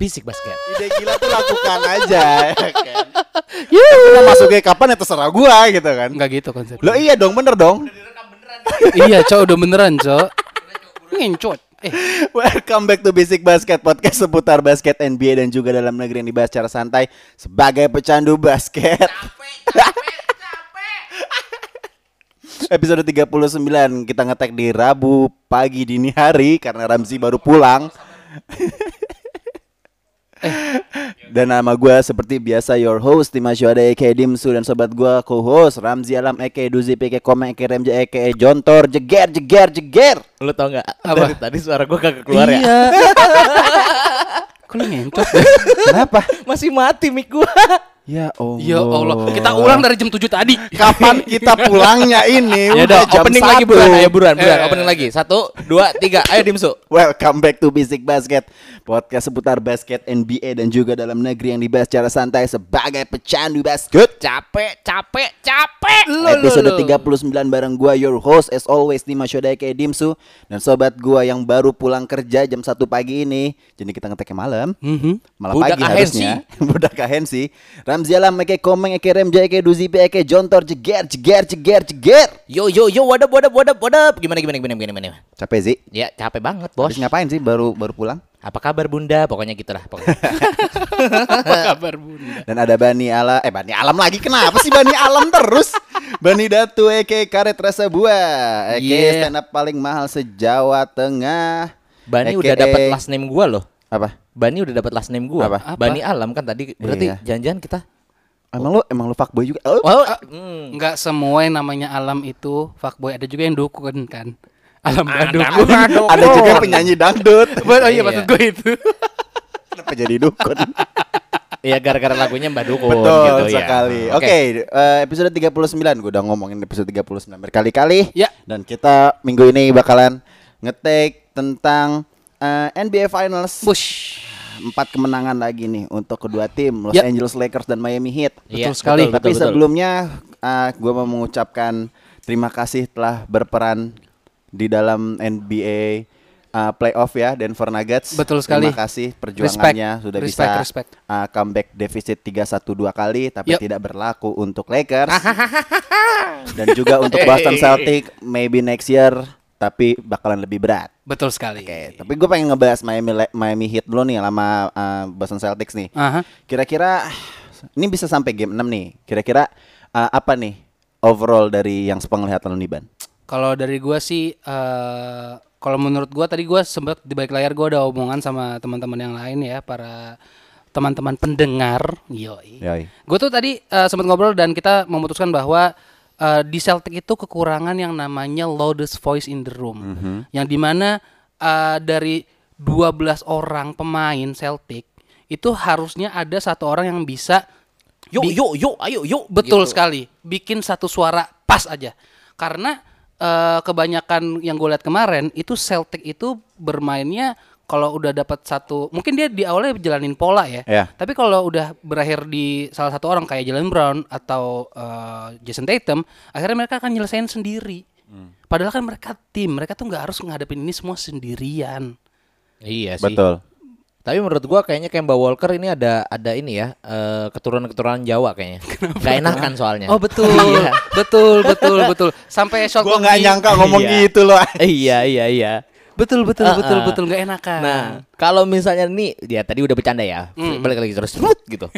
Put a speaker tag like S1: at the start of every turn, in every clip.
S1: fisik basket.
S2: Ide gila tuh lakukan aja. ya kan?
S1: Yuh.
S2: Mau masuknya kapan ya terserah gua gitu kan.
S1: Enggak gitu konsepnya.
S2: Lo iya dong, bener dong.
S1: iya, cok udah beneran, cok. Ngencot. Eh,
S2: Welcome back to Basic Basket Podcast seputar basket NBA dan juga dalam negeri yang dibahas secara santai sebagai pecandu basket. Episode 39 kita ngetek di Rabu pagi dini hari karena Ramzi baru pulang.
S3: Eh.
S2: Dan nama gue seperti biasa your host Dimas Yohada aka Dimsu dan sobat gue co-host Ramzi Alam aka Duzi PK Kome aka Remja aka Jontor Jeger Jeger Jeger
S3: Lu tau gak?
S1: Apa?
S3: Dari tadi suara gua kagak keluar ya?
S1: iya. Kok lu ngencot? deh?
S2: Kenapa?
S3: Masih mati mic gua
S2: Ya Allah.
S1: ya Allah, kita ulang dari jam 7 tadi. Iya,
S2: Kapan kita pulangnya ini?
S3: Ya
S2: Udah
S3: udah,
S2: jam
S3: opening lagi
S2: satu.
S3: buruan, ayo buruan, buruan,
S1: Eh.
S3: opening lagi Satu, dua, tiga, ayo dimsu
S2: Welcome back to Basic Basket Podcast seputar basket NBA dan juga dalam negeri yang dibahas secara santai sebagai pecandu basket
S3: Capek, capek, capek
S2: Episode 39 bareng gua your host as always Dimas Shodai kayak Dimsu Dan sobat gua yang baru pulang kerja jam 1 pagi ini Jadi kita ngeteknya malam
S1: Mhm.
S2: Malah
S3: Budak
S2: pagi
S3: ahensi.
S2: harusnya Budak ahensi Ramzi Alam, Eke Komeng, Eke Remja, Eke Duzipe, Eke Jontor Jeger, jeger, jeger, jeger
S3: Yo yo yo, what up, what up, what up, what up Gimana, gimana, gimana, gimana, gimana
S2: Capek sih
S3: Ya capek banget bos
S2: Habis ngapain sih baru baru pulang?
S3: Apa kabar bunda? Pokoknya gitu lah pokoknya.
S1: Apa kabar, Bunda?
S2: Dan ada Bani Ala eh Bani Alam lagi kenapa sih Bani Alam terus? Bani Datu Eke Karet Rasa Buah Eke
S3: Yeah.
S2: stand up paling mahal sejawa tengah
S3: Bani
S2: Eke,
S3: udah dapat
S2: eh,
S3: last name gua loh
S2: Apa?
S3: Bani udah dapat last name gua
S2: Apa?
S3: Bani Alam kan tadi Berarti
S2: Iya.
S3: jangan-jangan kita
S2: Emang lu emang lu fuckboy juga? Oh,
S3: Oh,
S1: Ah,
S3: hmm.
S1: Enggak semua yang namanya alam itu fuckboy, ada juga yang dukun kan. Alam badut.
S2: ada juga penyanyi dangdut
S1: Oh
S3: Iya.
S1: iya, maksud gue itu.
S2: Kenapa jadi dukun?
S3: Iya gara-gara lagunya Mbak Dukun
S2: Betul
S3: gitu ya.
S2: sekali Oke eh, episode 39 Gue udah ngomongin episode 39 berkali-kali
S1: Ya.
S2: Dan kita minggu ini bakalan ngetek tentang eh, NBA Finals
S1: Push.
S2: empat kemenangan lagi nih untuk kedua tim Los
S1: Ya.
S2: Angeles Lakers dan Miami Heat.
S3: Iya,
S1: Betul sekali.
S3: betul,
S2: Tapi
S3: betul, betul.
S2: sebelumnya gue mau mengucapkan terima kasih telah berperan di dalam NBA uh, playoff ya Denver Nuggets.
S1: Betul sekali.
S2: Terima kasih perjuangannya
S1: Respect,
S2: sudah
S1: respect,
S2: bisa
S1: respect.
S2: uh, comeback defisit 3-1 dua kali tapi
S1: Yep.
S2: tidak berlaku untuk Lakers. dan juga untuk Boston Celtics maybe next year tapi bakalan lebih berat.
S1: Betul sekali.
S3: Iya,
S2: Oke, tapi gue pengen ngebahas Miami Le- Miami Heat dulu nih lama Boston Celtics nih.
S3: Ah.
S1: Aha.
S2: Kira-kira ini bisa sampai game 6 nih. Kira-kira uh, apa nih overall dari yang sepenglihatan lu nih Ban?
S1: Kalau dari gua sih eh kalau menurut gua tadi gua sempat di balik layar gua ada omongan sama teman-teman yang lain ya para teman-teman pendengar. Yoi.
S2: Yoi.
S1: Gue tuh tadi eh, sempat ngobrol dan kita memutuskan bahwa eh, di Celtic itu kekurangan yang namanya loudest voice in the room. Yang dimana eh, dari 12 orang pemain Celtic itu harusnya ada satu orang yang bisa
S3: Yuk
S1: bi-
S3: yuk yuk ayo yuk
S1: Gitu. Betul
S2: Gitu.
S1: sekali, bikin satu suara pas aja. Karena eh, kebanyakan yang gue lihat kemarin itu Celtic itu bermainnya kalau udah dapat satu, mungkin dia di awalnya jalanin pola ya.
S2: Iya.
S1: Tapi kalau udah berakhir di salah satu orang kayak Jalen Brown atau eh, Jason Tatum, akhirnya mereka akan nyelesain sendiri.
S2: Hmm.
S1: Padahal kan mereka tim, mereka tuh nggak harus ngadepin ini semua sendirian.
S3: Iya sih.
S2: Betul.
S3: Tapi menurut gua kayaknya Kemba Walker ini ada ada ini ya eh, keturunan-keturunan Jawa kayaknya. Gak enakan soalnya. Iya.
S1: Oh betul, betul, betul, betul. Sampai shot
S2: Gue nggak
S1: clock di-
S2: nyangka ngomong
S3: Iya.
S2: gitu loh.
S3: iya iya iya.
S1: Betul, betul, betul,
S3: Uh-uh.
S1: betul nggak enakan.
S3: Nah, kalau misalnya nih dia tadi udah bercanda ya. Balik lagi terus rut gitu.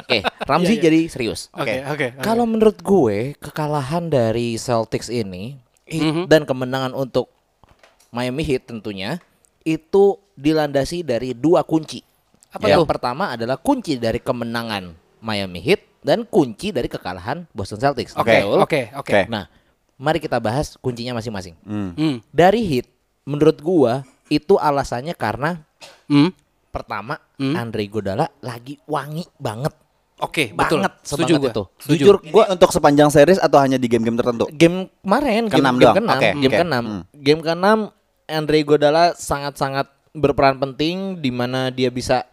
S3: Oke, Ramzi jadi serius.
S1: Iya, Oke, oke. oke.
S3: Kalau menurut gue kekalahan dari Celtics ini i-
S1: Mhm.
S3: dan kemenangan untuk Miami Heat tentunya itu dilandasi dari dua kunci.
S1: Apa
S3: Yang
S1: tuh?
S3: pertama adalah kunci dari kemenangan Miami Heat dan kunci dari kekalahan Boston Celtics.
S1: Oke,
S3: Betul?
S1: oke, oke.
S2: Oke.
S3: Nah, mari kita bahas kuncinya masing-masing.
S1: Hmm.
S3: Dari Heat menurut gua itu alasannya karena
S1: Hmm.
S3: pertama Andre Godala lagi wangi banget.
S1: Oke, Eh, betul.
S3: Banget
S1: Setuju
S3: semangat
S1: gua.
S3: itu.
S1: Setuju.
S3: Jujur
S2: Ini
S3: gua
S2: untuk sepanjang series atau hanya di game-game tertentu?
S3: game kemarin game
S2: Keenam
S3: game
S2: doang.
S3: keenam
S2: Oke,
S3: game
S2: oke.
S3: keenam
S2: Hmm.
S3: game keenam Andre Godala sangat-sangat berperan penting di mana dia bisa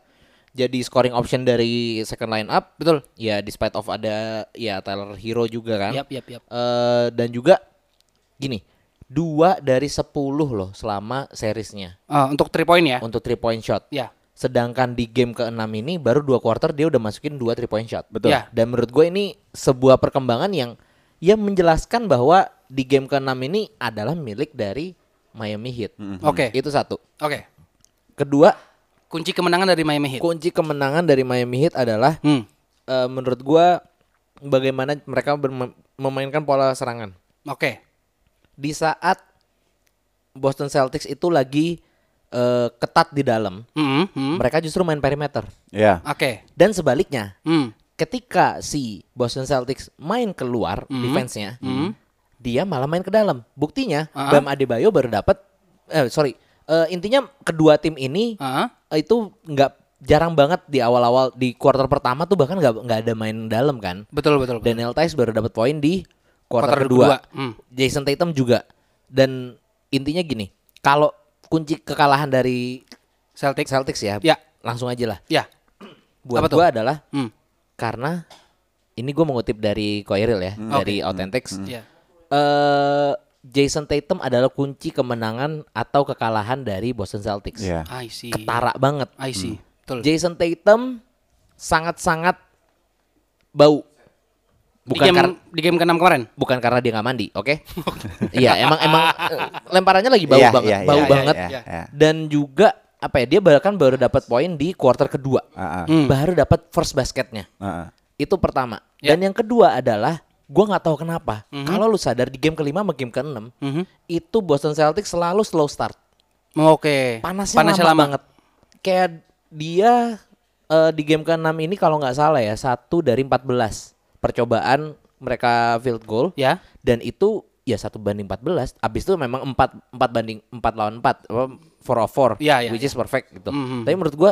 S3: jadi scoring option dari second line up
S1: Betul.
S3: ya despite of ada ya Tyler Hero juga kan
S1: Yap, yap, yap.
S3: Eh, dan juga gini dua dari 10 loh selama seriesnya
S1: Ah, untuk 3 point ya.
S3: untuk three point shot
S1: Ya.
S3: Sedangkan di game ke-6 ini baru dua quarter dia udah masukin dua three point shot.
S2: Betul.
S1: Ya.
S3: Dan menurut gue ini sebuah perkembangan yang yang menjelaskan bahwa di game ke-6 ini adalah milik dari Miami Heat.
S1: Oke.
S3: Itu satu.
S1: Oke.
S3: Kedua,
S1: Kunci kemenangan dari Miami Heat.
S3: kunci kemenangan dari Miami Heat adalah
S1: Hmm.
S3: eh, menurut gua bagaimana mereka berme- memainkan pola serangan.
S1: Oke.
S3: Di saat Boston Celtics itu lagi eh, ketat di dalam,
S1: Hmm, hmm.
S3: mereka justru main perimeter.
S2: Ya.
S1: Oke.
S3: Dan sebaliknya,
S1: Hmm.
S3: ketika si Boston Celtics main keluar
S1: Mhm.
S3: defense-nya,
S1: Hmm.
S3: dia malah main ke dalam. Buktinya
S1: Ah.
S3: Bam Adebayo baru dapat eh sorry, eh, intinya kedua tim ini
S1: Ah.
S3: eh, itu nggak jarang banget di awal-awal di quarter pertama tuh bahkan nggak nggak ada main dalam kan.
S1: Betul betul. betul.
S3: Daniel Tice baru dapat poin di quarter,
S1: Quarter
S3: kedua.
S1: kedua, hmm.
S3: Jason Tatum juga. Dan intinya gini, kalau kunci kekalahan dari
S1: Celtic.
S3: Celtics ya,
S1: Ya.
S3: langsung aja lah.
S1: Ya.
S3: Buat
S1: Apa tuh?
S3: gua adalah
S1: Hmm.
S3: karena ini gue mengutip dari Koiril ya,
S2: Hmm.
S3: dari Authentics.
S1: Ya.
S3: Eh, Jason Tatum adalah kunci kemenangan atau kekalahan dari Boston Celtics.
S2: Ya.
S1: I see.
S3: Ketara banget.
S1: I see. Betul.
S3: Jason Tatum sangat-sangat bau.
S1: di
S3: Bukan
S1: game,
S3: karena
S1: di game ke-6 kemarin.
S3: bukan karena dia nggak mandi, oke? Iya, emang emang eh, lemparannya lagi bau
S2: Iya,
S3: banget,
S2: iya,
S3: bau
S2: iya,
S3: banget.
S2: iya, iya.
S3: Dan juga apa ya? Dia bahkan baru dapat poin di quarter kedua,
S2: Ah, ah,
S1: Hmm.
S3: baru dapat first basketnya.
S2: ah, ah.
S3: Itu pertama.
S1: Ya.
S3: Dan yang kedua adalah gua nggak tahu kenapa. Kalau lu sadar di game kelima sama game keenam,
S1: Mhm.
S3: itu Boston Celtics selalu slow start.
S1: Oh, Oke.
S3: Panasnya, lama, banget. Kayak dia eh, di game keenam ini kalau nggak salah ya satu dari 14 percobaan mereka field goal
S1: Ya.
S3: dan itu ya satu banding 14 abis itu memang empat empat banding empat lawan empat apa, four of four
S1: Iya, iya,
S3: which
S1: iya.
S3: is perfect gitu
S1: Mhm.
S3: tapi menurut gua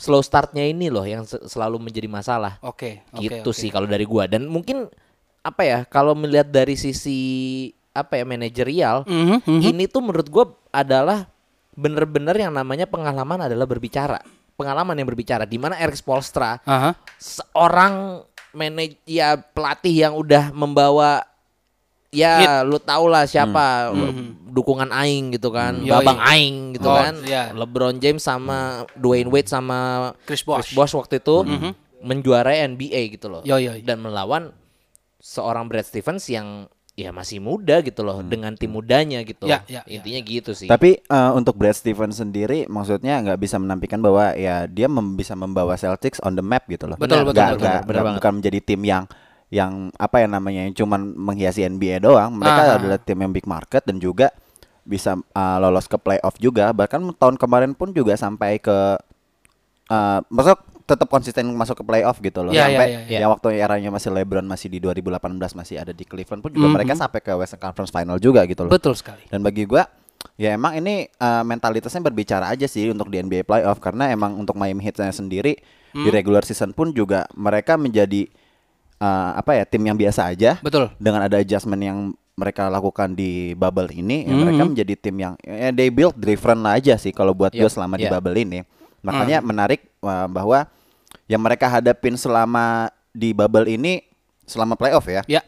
S3: slow startnya ini loh yang se- selalu menjadi masalah
S1: Oke. oke,
S3: gitu
S1: oke.
S3: sih kalau dari gua dan mungkin apa ya kalau melihat dari sisi apa ya manajerial
S1: Mhm, mhm.
S3: ini tuh menurut gua adalah bener-bener yang namanya pengalaman adalah berbicara pengalaman yang berbicara di mana Eric Spoelstra
S1: Aha.
S3: seorang manaj ya pelatih yang udah membawa ya lu tau lah siapa lu- dukungan aing gitu kan
S1: Hmm.
S3: babang
S1: Yoi.
S3: aing gitu
S1: Oh,
S3: kan
S1: iya.
S3: LeBron James sama Dwayne Wade sama
S1: Chris Bosh. Hmm.
S3: waktu itu menjuarai NBA gitu loh
S1: Yo, yo, yo.
S3: dan melawan seorang Brad Stevens yang ya masih muda gitu loh dengan tim mudanya gitu
S1: Ya,
S3: loh.
S1: ya, ya.
S3: intinya gitu sih
S2: Hmm. Tapi eh, untuk Brad Stevens sendiri maksudnya nggak bisa menampilkan bahwa ya dia mem- bisa membawa Celtics on the map gitu loh.
S1: Betul, betul,
S2: Nggak-
S1: betul,
S2: nggak-
S3: benar
S2: nggak-
S3: banget.
S2: bukan menjadi tim yang yang apa ya namanya yang cuman menghiasi NBA doang. Mereka
S1: Ah.
S2: adalah tim yang big market dan juga bisa eh, lolos ke playoff juga. Bahkan tahun kemarin pun juga sampai ke eh masuk tetap konsisten masuk ke playoff gitu loh.
S1: Ya,
S2: sampai
S1: ya,
S3: ya, ya.
S2: yang waktu eranya masih LeBron masih di 2018 masih ada di Cleveland pun juga
S1: Mhm.
S2: mereka sampai ke Western Conference Final juga gitu loh.
S1: Betul sekali.
S2: Dan bagi gua ya emang ini eh, mentalitasnya berbicara aja sih untuk di NBA playoff karena emang untuk Miami Heat-nya sendiri di
S3: Hmm.
S2: regular season pun juga mereka menjadi eh, apa ya tim yang biasa aja
S1: Betul.
S2: dengan ada adjustment yang mereka lakukan di bubble
S3: Hmm.
S2: ini ya mereka menjadi tim yang ya, they build different lah aja sih kalau buat
S3: Iya,
S2: gue selama di
S3: iya. Hmm.
S2: bubble ini makanya menarik uh, bahwa yang mereka hadapin selama di bubble ini selama playoff ya
S3: Iya.
S1: Ya.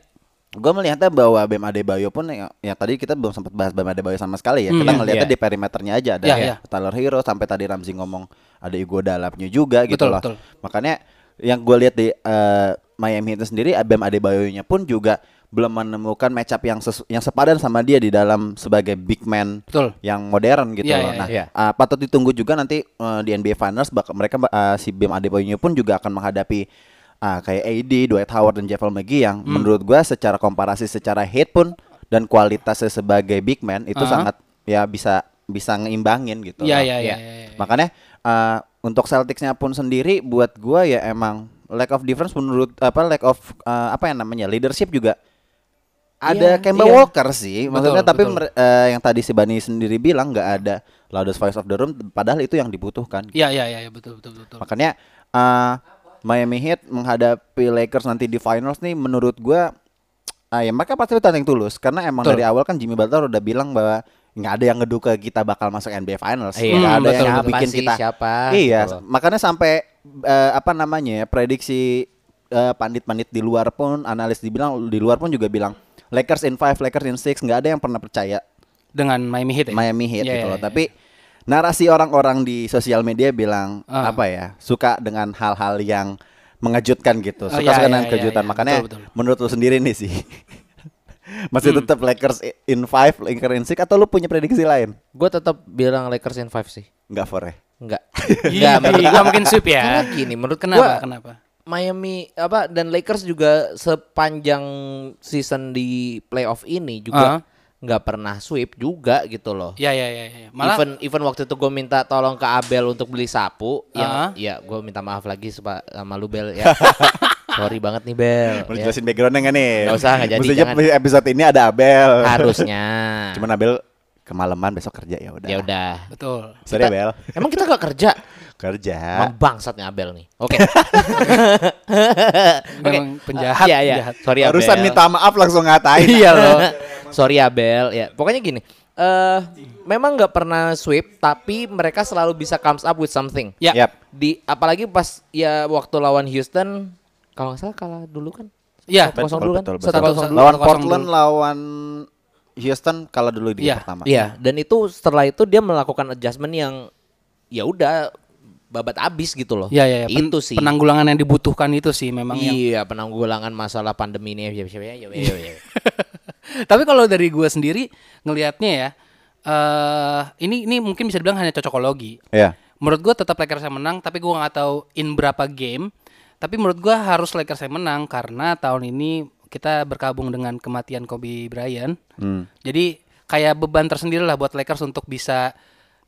S2: gue melihatnya bahwa Bam Adebayo pun ya, ya tadi kita belum sempat bahas Bam Adebayo sama sekali ya. Kita
S3: iya,
S2: ngelihatnya
S3: iya.
S2: di perimeternya aja ada
S1: Hmm, Iya, iya.
S2: Tyler Hero sampai tadi Ramzi ngomong ada Iguodalapnya juga gitu
S1: Betul,
S2: loh.
S1: betul.
S2: Makanya yang gue lihat di eh, Miami itu sendiri Bam Adebayo-nya pun juga belum menemukan matchup yang sesu- yang sepadan sama dia di dalam sebagai big man
S1: Betul.
S2: yang modern gitu
S1: Iya,
S2: loh.
S1: iya,
S2: nah,
S3: iya.
S2: uh, patut ditunggu juga nanti uh, di NBA Finals bak- mereka uh, si Bam Adebayo pun juga akan menghadapi uh, kayak AD, Dwight Howard dan Javel McGee
S1: Hmm.
S2: yang menurut gua secara komparasi secara hit pun dan kualitasnya sebagai big man itu
S1: Aha.
S2: sangat ya bisa bisa ngeimbangin gitu.
S1: Ya,
S2: loh.
S1: ya, ya,
S3: Ya.
S1: ya, ya.
S2: Makanya uh, untuk Celticsnya pun sendiri buat gua ya emang lack of difference menurut apa lack of uh, apa yang namanya leadership juga ada
S3: Iya,
S2: Kemba
S3: iya.
S2: Walker sih maksudnya tapi
S1: betul.
S2: mer- eh, yang tadi si Bani sendiri bilang nggak ada loudest voice of the room padahal itu yang dibutuhkan
S1: Ya, ya, ya, ya, betul, betul, betul.
S2: makanya eh, Miami Heat menghadapi Lakers nanti di finals nih menurut gua eh, ya mereka pasti tanding tulus karena emang
S1: Betul.
S2: dari awal kan Jimmy Butler udah bilang bahwa nggak ada yang ngeduka kita bakal masuk NBA Finals
S3: Iya,
S2: nggak ada
S1: betul,
S2: yang
S1: betul.
S2: Hmm, bikin
S3: Pasti
S2: kita
S3: siapa,
S2: iya
S3: gitu loh.
S2: makanya sampai eh, apa namanya ya prediksi eh, pandit-pandit di luar pun analis dibilang di luar pun juga bilang Lakers in five, Lakers in six, nggak ada yang pernah percaya
S1: Dengan Miami Heat ya.
S3: Iya.
S2: Miami Heat
S1: Ya,
S2: gitu
S1: ya,
S2: loh.
S1: ya.
S2: Tapi narasi orang-orang di sosial media bilang
S1: Ah.
S2: apa ya suka dengan hal-hal yang mengejutkan gitu
S1: Oh,
S2: suka
S1: iya,
S2: suka dengan
S1: iya, iya,
S2: kejutan
S1: iya.
S2: makanya
S1: Betul, betul.
S2: menurut lu sendiri nih sih
S3: Hmm.
S2: masih tetap Lakers in five Lakers in six atau lu punya prediksi lain
S3: Gue tetap bilang Lakers in five sih.
S2: nggak for ya
S3: Enggak.
S1: Iya, nggak mungkin sweep
S3: Karena
S1: ya.
S3: gini, menurut gua-
S1: Kenapa? Kenapa?
S3: Miami apa dan Lakers juga sepanjang season di playoff ini juga
S1: Ah.
S3: nggak pernah sweep juga gitu loh.
S1: Ya, ya, ya, ya. Malah
S3: even even waktu itu gue minta tolong ke Abel untuk beli sapu,
S1: Ah.
S3: yang ya gue minta maaf lagi sepa- sama lu Bel ya. Sorry banget nih Bel.
S2: mau
S3: ya.
S2: jelasin backgroundnya nggak nih
S3: Nggak usah, nggak jadi,
S2: Mestinya
S3: jangan.
S2: episode ini ada Abel
S3: Harusnya.
S2: cuman Abel kemalaman besok kerja ya udah
S3: ya udah.
S1: betul.
S2: sorry Abel
S3: Emang kita gak kerja?
S2: kerja
S3: Emang bangsatnya Abel nih. Oke.
S1: Memang penjahat,
S3: Iya, iya.
S1: penjahat.
S3: Sorry Abel.
S2: Barusan minta maaf langsung ngatain
S3: iya loh. Sorry Abel. Ya, pokoknya gini. Eh, memang nggak pernah sweep, tapi mereka selalu bisa comes up with something.
S1: Ya.
S2: Yap.
S3: Di apalagi pas ya waktu lawan Houston, kalau nggak salah kalah dulu kan.
S1: Iya.
S3: Satu kosong dulu kan?
S2: Betul, betul,
S3: Satu
S2: betul.
S1: kosong dulu,
S2: lawan
S1: satu kosong
S2: Portland
S1: dulu.
S2: lawan Houston kalah dulu di game
S1: Iya,
S2: pertama
S3: Iya, dan itu setelah itu dia melakukan adjustment yang ya udah babat abis gitu loh.
S1: Ya, ya, ya. Pen-
S3: Itu sih.
S1: Penanggulangan yang dibutuhkan itu sih memang yang
S3: Iya, penanggulangan masalah pandemi ini ya, ya, ya, ya, ya, ya.
S1: Tapi kalau dari gue sendiri ngelihatnya ya, eh ini ini mungkin bisa dibilang hanya cocokologi.
S2: Iya.
S1: Menurut gue tetap Lakers yang menang, tapi gue nggak tahu in berapa game. Tapi menurut gue harus Lakers yang menang karena tahun ini kita berkabung dengan kematian Kobe Bryant.
S2: Hmm.
S1: Jadi kayak beban tersendiri lah buat Lakers untuk bisa,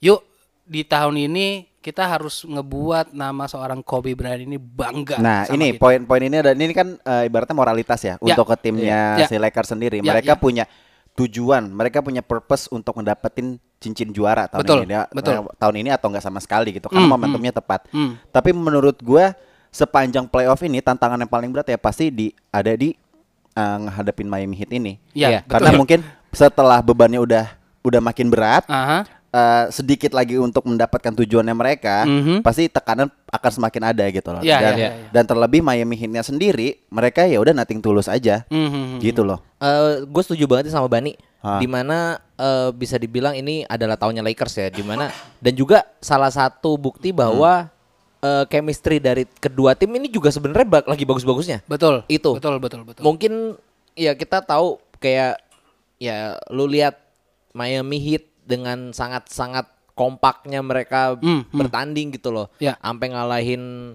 S1: yuk di tahun ini kita harus ngebuat nama seorang Kobe Bryant ini bangga.
S2: Nah,
S1: sama gitu. Iya.
S2: ini
S1: kita.
S2: poin-poin ini dan ini kan eh, ibaratnya moralitas ya, untuk ke timnya
S1: Ya.
S2: si Lakers sendiri.
S1: Ya,
S2: mereka
S1: ya.
S2: punya tujuan, mereka punya purpose untuk mendapetin cincin juara tahun
S1: Betul,
S2: ini. Ya,
S1: betul.
S2: eh, Tahun ini atau nggak sama sekali gitu karena
S1: Hmm,
S2: momentumnya tepat.
S1: Hmm.
S2: Tapi menurut gua sepanjang playoff ini tantangan yang paling berat ya pasti di ada di eh, ngehadapin Miami Heat ini.
S1: Ya, betul. Ah.
S2: Karena mungkin setelah bebannya udah udah makin berat,
S1: Aha.
S2: eh, sedikit lagi untuk mendapatkan tujuannya mereka,
S1: Mhm.
S2: pasti tekanan akan semakin ada gitu loh.
S1: Iya,
S2: dan,
S1: iya, iya.
S2: dan terlebih Miami Heat-nya sendiri, mereka ya udah nothing tulus aja,
S1: Mhm.
S2: gitu loh.
S3: gue Eh, setuju banget sih sama Bani.
S2: Hah.
S3: Dimana eh, bisa dibilang ini adalah tahunnya Lakers ya. Dimana dan juga salah satu bukti bahwa eh, chemistry dari kedua tim ini juga sebenarnya bak- lagi bagus-bagusnya.
S1: Betul.
S3: Itu.
S1: Betul, betul, betul.
S3: Mungkin ya kita tahu kayak ya lu lihat Miami Heat dengan sangat-sangat kompaknya mereka
S1: Hmm, hmm.
S3: bertanding gitu loh.
S1: Ya.
S3: Sampai ngalahin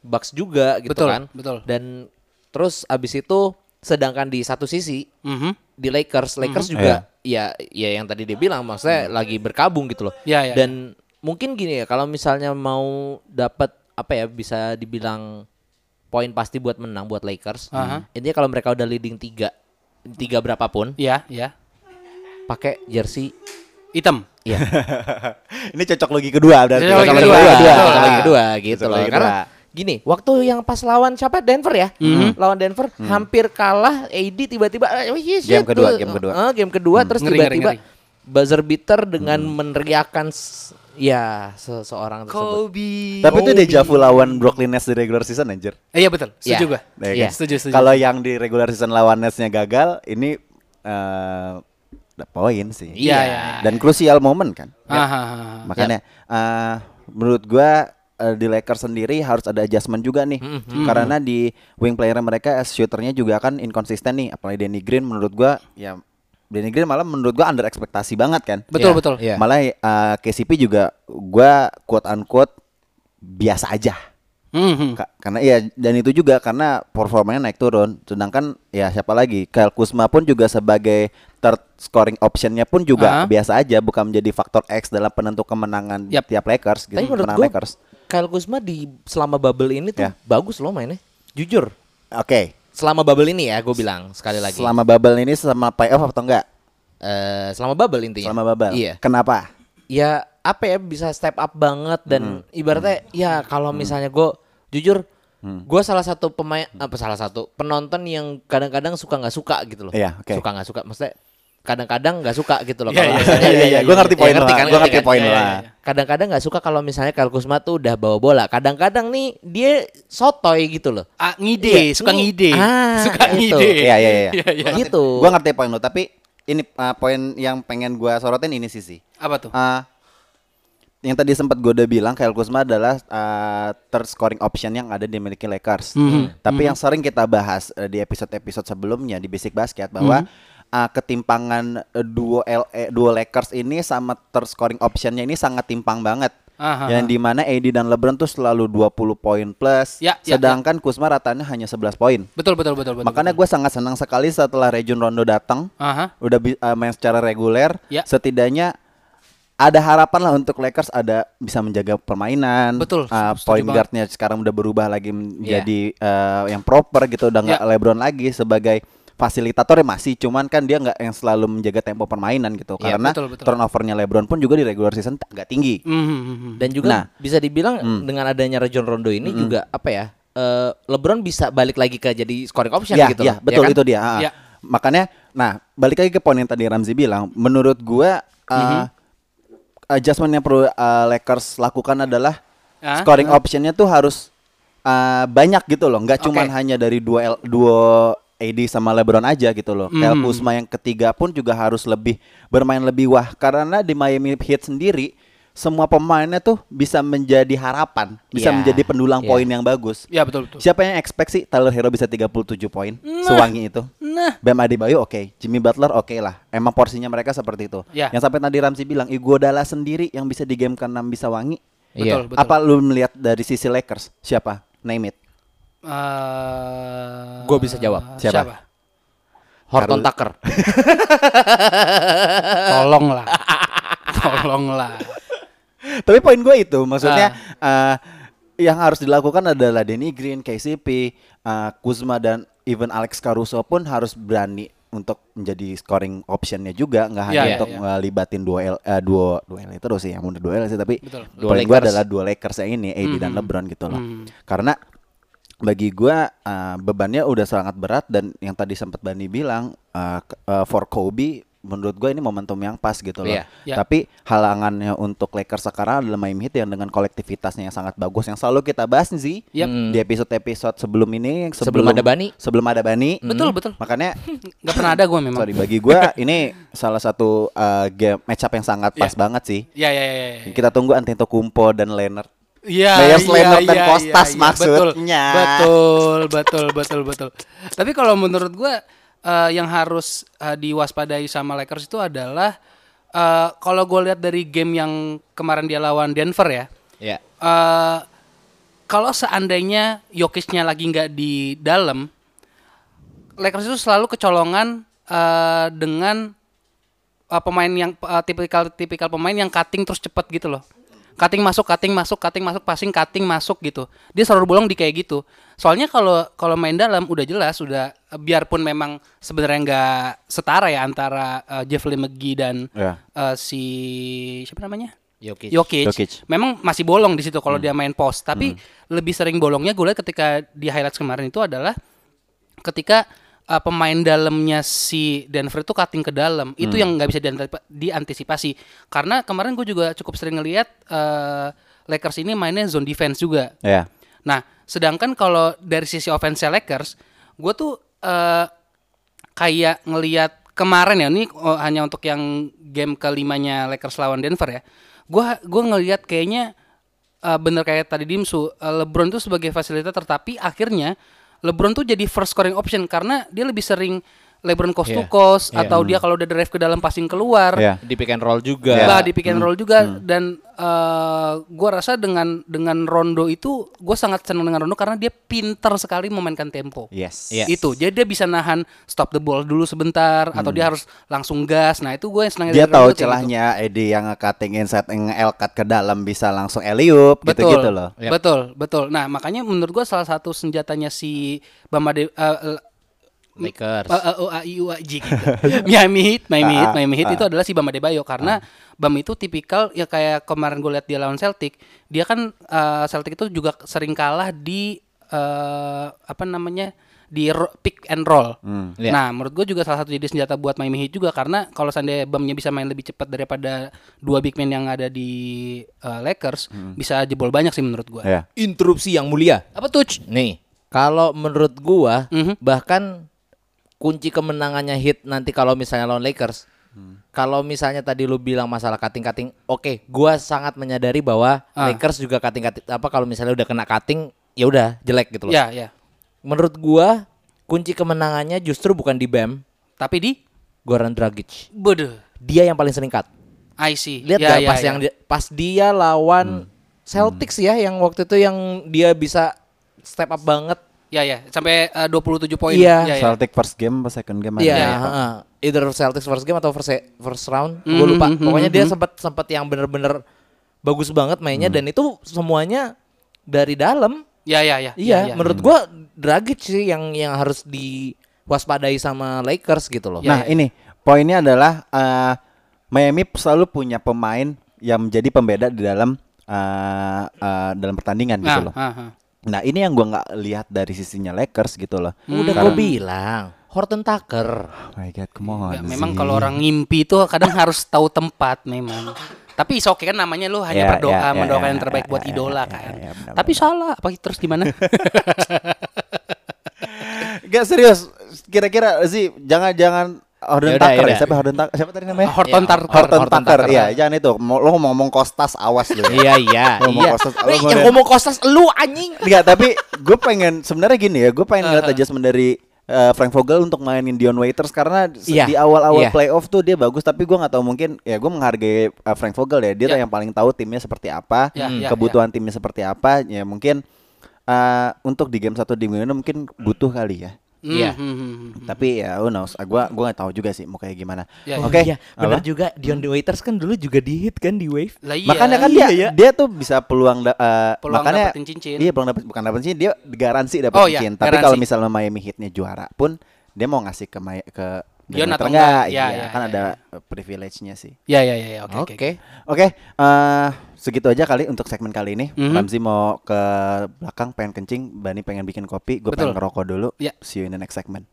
S3: Bucks juga gitu
S1: Betul,
S3: kan.
S1: betul.
S3: Dan terus abis itu sedangkan di satu sisi
S1: Mhm.
S3: di Lakers, Lakers juga ya ya yang tadi dia bilang maksudnya lagi berkabung gitu loh.
S1: Ya, ya,
S3: Dan mungkin gini ya kalau misalnya mau dapat apa ya bisa dibilang poin pasti buat menang buat Lakers.
S1: Aha.
S3: Intinya kalau mereka udah leading tiga tiga berapapun
S1: Ya, ya.
S3: pakai jersey iya.
S1: Hitam.
S2: Ini cocok logi kedua berarti.
S1: Cocok logi
S3: Kalau
S1: Kalau
S3: kedua,
S2: iya.
S1: kedua,
S3: kedua,
S1: betul.
S3: kalau kedua gitu
S2: Kalau
S3: loh.
S2: kedua. Mhm.
S3: Karena gini, waktu yang pas lawan siapa Denver ya, lawan Denver hampir kalah, AD tiba-tiba eh, wih, shit,
S2: Hmm. Game kedua,
S3: tuh.
S2: game kedua. Hmm.
S3: Eh, game kedua terus
S1: Ngeri,
S3: tiba-tiba
S1: ngeri,
S3: buzzer beater dengan meneriakan s- ya seseorang tersebut.
S1: Kobe.
S2: Tapi itu deja vu lawan Brooklyn Nets di regular season anjir.
S1: Eh, Iya betul. Setuju
S3: Ya.
S1: gua.
S2: Ya
S3: Iya.
S2: kan?
S1: Setuju, setuju.
S2: Kalau yang di regular season lawan Nets-nya gagal, ini eh ada poin sih.
S1: Iya, iya, iya. Ah,
S2: Dan crucial moment kan.
S1: Aha, aha, aha. Ya.
S2: Makanya eh, menurut gua eh, di Lakers sendiri harus ada adjustment juga nih.
S1: Hmm,
S2: Karena di wing player mereka eh, shooternya juga kan inkonsisten nih, apalagi Danny Green menurut gua ya Danny Green malah menurut gua under ekspektasi banget kan.
S1: Betul,
S3: Iya,
S1: betul.
S3: iya.
S2: Malah eh, KCP juga gua quote unquote biasa aja.
S1: Mhm.
S2: Ka- karena ya dan itu juga karena performanya naik turun. Sedangkan ya siapa lagi Kyle Kuzma pun juga sebagai third scoring optionnya pun juga
S1: Ah.
S2: biasa aja bukan menjadi faktor X dalam penentu kemenangan
S1: Yap.
S2: tiap Lakers gitu.
S3: Tapi menurut gue
S2: Kemenangan Lakers.
S3: Kyle Kuzma di selama bubble ini tuh
S2: Ya.
S3: bagus loh mainnya. Jujur,
S2: Oke.
S3: selama bubble ini ya gue bilang sekali lagi.
S2: Selama bubble ini selama playoff atau enggak?
S3: Eh, selama bubble intinya.
S2: Selama bubble.
S3: Iya.
S2: Kenapa?
S3: ya apa ya bisa step up banget
S2: Hmm.
S3: dan ibaratnya ya kalau misalnya gue jujur
S2: Hmm.
S3: gue salah satu pemain apa salah satu penonton yang kadang-kadang suka nggak suka gitu loh
S2: Iya, oke.
S3: suka nggak suka maksudnya kadang-kadang nggak suka gitu loh
S1: Iya,
S3: kalau
S1: iya,
S3: misalnya
S2: iya, iya, gua ngerti
S3: Ya,
S2: poin
S3: ngerti kan,
S2: lo, gua
S3: ngerti
S2: ngerti
S3: kan?
S2: poin
S1: Iya,
S2: lo.
S1: iya, iya.
S3: kadang-kadang nggak suka kalau misalnya Kyle Kusma tuh udah bawa bola kadang-kadang nih dia sotoy gitu loh
S1: Ah, ngide,
S3: Iya,
S1: suka
S3: ini-
S1: ngide.
S3: Ah,
S1: suka
S3: itu.
S1: ngide.
S2: Iya, iya, iya.
S3: gitu
S2: Gua ngerti poin ah, lo, tapi ini uh, poin yang pengen gua sorotin ini sih sih.
S1: Apa tuh?
S2: Uh, yang tadi sempat gue udah bilang Kyle Kuzma adalah uh, third scoring option yang ada dimiliki Lakers.
S1: Mhm.
S2: Iya. Tapi yang sering kita bahas uh, di episode-episode sebelumnya di Basic Basket
S1: Mhm.
S2: bahwa uh, ketimpangan uh, duo LA, duo Lakers ini sama third scoring optionnya ini sangat timpang banget.
S1: Aha.
S2: Yang dimana AD dan LeBron tuh selalu 20 poin plus,
S1: Ya, ya,
S2: sedangkan Kuzma ratanya hanya 11 poin.
S1: Betul betul betul betul.
S2: Makanya gue sangat senang sekali setelah Region Rondo datang,
S1: Aha.
S2: udah bi- uh, main secara reguler,
S1: Ya.
S2: setidaknya ada harapan lah untuk Lakers ada bisa menjaga permainan.
S1: Betul,
S2: Uh,
S1: setuju
S2: point
S1: banget.
S2: guardnya sekarang udah berubah lagi menjadi uh, yang proper gitu, udah nggak
S1: Ya.
S2: LeBron lagi sebagai fasilitator ya masih, cuman kan dia nggak yang selalu menjaga tempo permainan gitu,
S1: Ya,
S2: karena
S1: betul, betul.
S2: turnovernya LeBron pun juga di regular season t- nggak tinggi.
S1: Mhm, mhm.
S3: Dan juga
S2: Nah. Hmm.
S3: bisa dibilang dengan adanya Rajon Rondo ini juga apa ya? eh, LeBron bisa balik lagi ke jadi scoring option
S2: Iya,
S3: gitu.
S2: iya,
S3: loh,
S2: betul
S3: kan?
S2: itu dia. ah.
S1: Iya.
S2: Makanya, nah balik lagi ke poin yang tadi Ramzi bilang, menurut gua uh,
S3: Mhm.
S2: adjustment yang perlu uh, Lakers lakukan adalah
S1: Ah,
S2: scoring optionnya tuh harus uh, banyak gitu loh, nggak cuman
S1: Oke.
S2: hanya dari dua L- dua AD sama LeBron aja gitu loh. Kyle
S3: Mhm.
S2: Kuzma yang ketiga pun juga harus lebih bermain lebih wah karena di Miami Heat sendiri semua pemainnya tuh bisa menjadi harapan, bisa
S3: Iya.
S2: menjadi
S3: Iya.
S2: pendulang poin yang bagus.
S1: Ya betul betul.
S2: Siapa yang expect sih Tyler Hero bisa 37 poin? Sewangi itu.
S1: Nah.
S2: Bam Adebayo oke, Jimmy Butler oke lah. Emang porsinya mereka seperti itu.
S1: Ya.
S2: Yang sampai tadi Ramzi bilang Iguodala sendiri yang bisa di game ke-6 bisa wangi.
S3: Iya.
S1: Betul betul.
S2: Apa lu melihat dari sisi Lakers? Siapa? Name it.
S1: Eh,
S3: Gua bisa jawab.
S2: Siapa?
S3: Horton
S2: Harus-
S3: Tucker.
S1: Tolonglah. Tolonglah.
S2: Tapi poin gue itu maksudnya eh, yang harus dilakukan adalah Danny Green, KCP, eh, Kuzma dan even Alex Caruso pun harus berani untuk menjadi scoring optionnya juga nggak hanya
S1: Iya, iya,
S2: untuk
S1: iya.
S2: ngelibatin duel eh, duo duel itu sih yang mundur duel sih tapi
S1: Betul.
S3: Betul,
S2: duel gue
S3: Lakers.
S2: adalah dua Lakers yang ini AD
S1: Mm-hmm.
S2: dan LeBron gitu loh karena bagi gue eh, bebannya udah sangat berat dan yang tadi sempat Bani bilang eh, ke- eh, for Kobe menurut gue ini momentum yang pas gitu loh
S3: Iya.
S1: Iya.
S2: tapi halangannya untuk Lakers sekarang adalah Miami Heat yang dengan kolektivitasnya yang sangat bagus yang selalu kita bahas nih
S1: Yap.
S2: di episode-episode sebelum ini
S3: Mm. Sebelum ada Bani. Mm-hmm.
S2: sebelum ada Bani
S1: Betul, betul.
S2: makanya
S1: Gak pernah ada gue memang.
S2: sorry bagi gue ini salah satu uh, game matchup yang sangat pas banget sih
S1: Ya ya ya ya. ya.
S2: kita tunggu Antetokounmpo dan Leonard
S1: Iya,
S2: Bayas Leonard dan Kostas maksudnya.
S1: ya, Betul, betul, betul, betul. Tapi kalau menurut gua eh, yang harus eh, diwaspadai sama Lakers itu adalah eh, kalau gue lihat dari game yang kemarin dia lawan Denver ya,
S3: Iya.
S1: eh, kalau seandainya Jokicnya lagi nggak di dalam, Lakers itu selalu kecolongan eh, dengan eh, pemain yang eh, tipikal-tipikal pemain yang cutting terus cepet gitu loh. Cutting masuk, cutting masuk, cutting masuk, passing, cutting masuk gitu. Dia selalu bolong di kayak gitu. Soalnya kalau kalau main dalam udah jelas, udah eh, biarpun memang sebenarnya nggak setara ya antara eh, Jeff Lee McGee dan
S2: Ya.
S1: eh, si siapa namanya?
S3: Jokic.
S1: Jokic.
S2: Jokic.
S1: Memang masih bolong di situ kalau dia main post, tapi lebih sering bolongnya gue lihat ketika di highlights kemarin itu adalah ketika uh, pemain dalamnya si Denver itu cutting ke dalam. Itu yang nggak bisa diantip- diantisipasi. Karena kemarin gue juga cukup sering ngelihat uh, Lakers ini mainnya zone defense juga.
S3: Iya.
S2: ya
S1: Nah, sedangkan kalau dari sisi offense Lakers, gue tuh eh, kayak ngelihat kemarin ya, ini oh, hanya untuk yang game kelimanya Lakers lawan Denver ya. Gue gua ngelihat kayaknya eh, bener kayak tadi Dimsu, eh, LeBron tuh sebagai fasilitator, tapi akhirnya LeBron tuh jadi first scoring option karena dia lebih sering LeBron coast to
S3: Iya.
S1: coast
S3: Iya.
S1: atau dia kalau udah drive ke dalam passing keluar.
S2: Iya.
S3: Di pick and roll juga.
S1: Bah, di pick
S2: Hmm.
S1: and roll juga dan eh, gua rasa dengan dengan Rondo itu gue sangat senang dengan Rondo karena dia pintar sekali memainkan tempo.
S2: yes
S3: Iya.
S1: Itu. Jadi dia bisa nahan stop the ball dulu sebentar atau dia harus langsung gas. Nah, itu gue yang senang
S2: Hmm. dia
S1: dari
S2: tahu
S1: Rondo kayak gitu.
S2: celahnya Edi yang nge-cutting inside nge-L cut ke dalam bisa langsung eliup
S1: Betul,
S2: gitu-gitu loh Iya.
S3: Yap.
S1: betul, betul. Nah, makanya menurut gua salah satu senjatanya si Bam Ade- eh, eh,
S3: Lakers.
S1: Uh, uh, uh, IU, uh, G gitu. Miami Heat, Miami Heat,
S2: Ah,
S1: Miami Heat itu adalah si Bam Adebayo karena Bam itu tipikal ya kayak kemarin gue lihat dia lawan Celtic, dia kan uh, Celtic itu juga sering kalah di uh, apa namanya di ro- pick and roll.
S2: Hmm.
S3: Iya.
S1: Nah, menurut gue juga salah satu jadi senjata buat Miami Heat juga karena kalau seandainya Bamnya bisa main lebih cepat daripada dua big man yang ada di uh, Lakers, bisa jebol banyak sih menurut gue.
S2: Hmm. Iya.
S3: Interupsi yang mulia.
S1: Apa tuh?
S3: Nih, kalau menurut gua
S1: Mhm.
S3: bahkan kunci kemenangannya hit nanti kalau misalnya lawan Lakers Kalau misalnya tadi lu bilang masalah cutting-cutting, oke, gua sangat menyadari bahwa
S1: Ah.
S3: Lakers juga cutting-cutting apa kalau misalnya udah kena cutting, ya udah jelek gitu loh.
S1: Ya, ya.
S3: Menurut gua kunci kemenangannya justru bukan di Bam,
S1: Tapi di
S3: Goran Dragic.
S1: Bodoh.
S3: Dia yang paling sering cut.
S1: I see.
S3: Lihat
S1: ya,
S3: nggak pas yang dia, pas dia lawan
S2: Hmm.
S3: Celtics ya yang waktu itu yang dia bisa step up banget.
S1: Ya, ya. Sampai eh, 27 poin.
S3: Iya.
S1: Ya, ya.
S2: Celtic first game apa second game?
S3: Iya,
S2: ada ya, Pak?
S3: heeh. either Celtics first game atau first first round,
S1: Mhm,
S3: gue lupa.
S1: mhm,
S3: Pokoknya dia
S1: mhm.
S3: sempat sempat yang bener-bener bagus banget mainnya
S2: Hmm.
S3: dan itu semuanya dari dalam.
S1: Ya, ya,
S3: Iya,
S1: ya. ya, ya.
S2: Hmm.
S3: menurut gua Dragic sih yang yang harus diwaspadai sama Lakers gitu loh.
S1: Ya,
S2: Nah,
S1: ya.
S2: ini poinnya adalah eh, Miami selalu punya pemain yang menjadi pembeda di dalam eh, eh, dalam pertandingan
S1: Nah,
S2: gitu loh.
S1: ah, ah.
S2: Nah, ini yang gua nggak lihat dari sisinya Lakers gitu loh.
S3: Udah
S2: Karena-
S3: gue bilang, Horton Tucker.
S2: Oh my god, come on.
S1: Ya, memang
S2: sih.
S1: kalau orang ngimpi itu kadang harus tahu tempat memang. Tapi is okay kan namanya lu hanya
S2: Ya,
S1: berdoa
S2: ya, ya,
S1: mendoakan
S2: ya,
S1: yang terbaik
S2: ya,
S1: buat
S2: ya,
S1: idola
S2: ya, ya,
S1: kan.
S2: ya, benar,
S1: Tapi salah apa terus Hmm, gimana?
S2: Gak serius, kira-kira sih jangan-jangan Horton
S3: Yaudah,
S2: Tucker ya?
S3: yaudah.
S2: Siapa Horton Tucker? Siapa tadi namanya?
S1: Horton
S3: Ya,
S1: Tucker.
S2: Horton
S3: Horton Tucker.
S2: Tucker, iya jangan itu. Mau- Lo ngomong kostas awas lo.
S3: iya, iya,
S2: Lu mau
S3: iya.
S2: kostas- lu
S3: Weh,
S2: mau
S3: yang
S2: lihat-
S3: ngomong kostas lu anjing.
S2: Enggak, tapi gue pengen sebenarnya gini ya, gue pengen ngeliat adjustment dari eh, Frank Vogel untuk mainin Dion Waiters karena se-
S3: Iya,
S2: di
S3: iya.
S2: awal-awal playoff tuh dia bagus, tapi gue nggak tahu mungkin ya gue menghargai eh, Frank Vogel ya, dia
S1: Iya.
S2: tuh yang paling tahu timnya seperti apa,
S1: Iya, iya,
S2: kebutuhan timnya seperti apa, ya mungkin eh, untuk di game satu di game dua mungkin butuh kali ya.
S3: Iya.
S1: Hmm, hmm, hmm.
S2: Tapi ya who knows, gue gua nggak tahu juga sih mau kayak gimana.
S1: Iya,
S2: Oke,
S3: iya,
S2: apa?
S3: bener juga Dion The Waiters kan dulu juga di hit kan di Wave.
S1: Lah iya.
S2: Makanya kan dia dia tuh bisa peluang da- eh,
S1: Peluang
S2: makanya
S1: dapetin cincin.
S2: Iya, peluang dapat bukan dapat cincin, dia garansi dapat
S1: Oh, iya,
S2: cincin. Tapi
S1: garansi.
S2: kalau misalnya Miami Heatnya juara pun dia mau ngasih ke Maya- ke
S1: Dion
S2: Donator
S1: atau enggak?
S2: Iya,
S1: Iya, iya,
S2: kan
S1: iya,
S2: ada eh, privilege-nya sih.
S1: Ya ya ya ya, oke oke.
S3: Oke.
S2: Oke, eh, segitu aja kali untuk segmen kali ini.
S1: Mhm.
S2: Ramzi mau ke belakang pengen kencing, Bani pengen bikin kopi, gue
S1: Betul.
S2: pengen ngerokok dulu.
S1: Iya.
S2: See you in the next segment.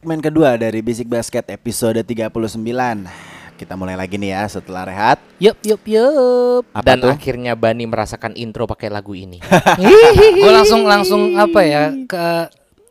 S2: Segmen kedua dari Basic Basket episode 39. Kita mulai lagi nih ya setelah rehat.
S1: Yup yup yup.
S2: Apa
S3: Dan
S2: tuh?
S3: akhirnya Bani merasakan intro pakai lagu ini.
S1: Gue langsung langsung apa ya ke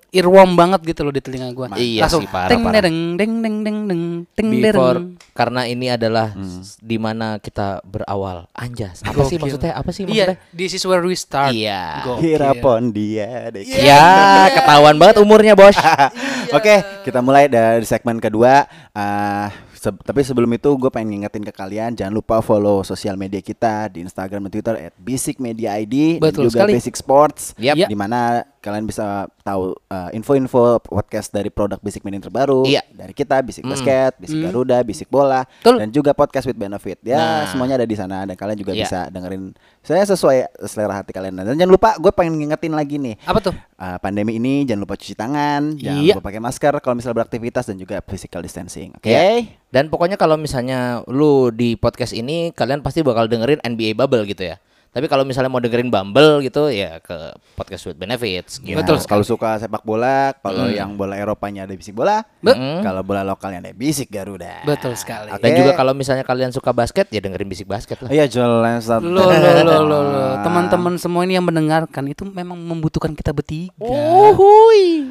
S1: earworm banget gitu loh di telinga gue.
S3: Iya
S1: langsung
S3: sih, parah,
S1: ting
S3: parah.
S1: dereng deng deng deng deng ting dereng.
S3: Before karena ini adalah
S2: Hmm.
S3: s- di mana kita berawal. Anjas. Apa sih
S1: Gokil.
S3: maksudnya? Apa sih
S1: Iya,
S3: maksudnya?
S1: this is where we start.
S3: Iya.
S1: Gokil.
S2: Kira pon dia deh.
S3: Ya, ketahuan banget umurnya, Bos. Ya.
S2: Oke, kita mulai dari segmen kedua. Ah, se- tapi sebelum itu gue pengen ngingetin ke kalian jangan lupa follow sosial media kita di Instagram dan Twitter at Basic Media ID dan
S1: Betul
S2: juga
S1: sekali.
S2: Basic Sports.
S3: Yap.
S2: Di mana kalian bisa tahu eh, info-info podcast dari produk Basic Media terbaru
S3: Iya. Hmm.
S2: dari kita Basic Basket, Basic Garuda, Basic Bola
S1: Betul.
S2: dan juga podcast with benefit. Ya,
S3: Nah.
S2: semuanya ada di sana dan kalian juga
S3: Iya.
S2: bisa dengerin saya sesuai selera hati kalian. Dan jangan lupa gue pengen ngingetin lagi nih.
S1: Apa tuh?
S2: Uh, pandemi ini jangan lupa cuci tangan, jangan
S1: Iya.
S2: lupa pakai masker kalau misalnya beraktivitas dan juga physical distancing. Oke.
S3: Iya. Dan pokoknya kalau misalnya lu di podcast ini kalian pasti bakal dengerin NBA Bubble gitu ya. Tapi kalau misalnya mau dengerin Bumble gitu ya ke podcast with benefits gitu.
S2: Nah,
S1: Betul Hmm.
S2: Kalau suka sepak bola, kalau yang bola Eropanya ada bisik bola,
S1: Be-
S2: kalau bola lokalnya ada bisik Garuda.
S1: Betul sekali.
S2: Oke.
S3: Dan juga kalau misalnya kalian suka basket ya dengerin bisik basket lah.
S2: Iya jelas.
S1: Lo lo lo lo lo. teman-teman semua ini yang mendengarkan itu memang membutuhkan kita bertiga.
S3: Oh.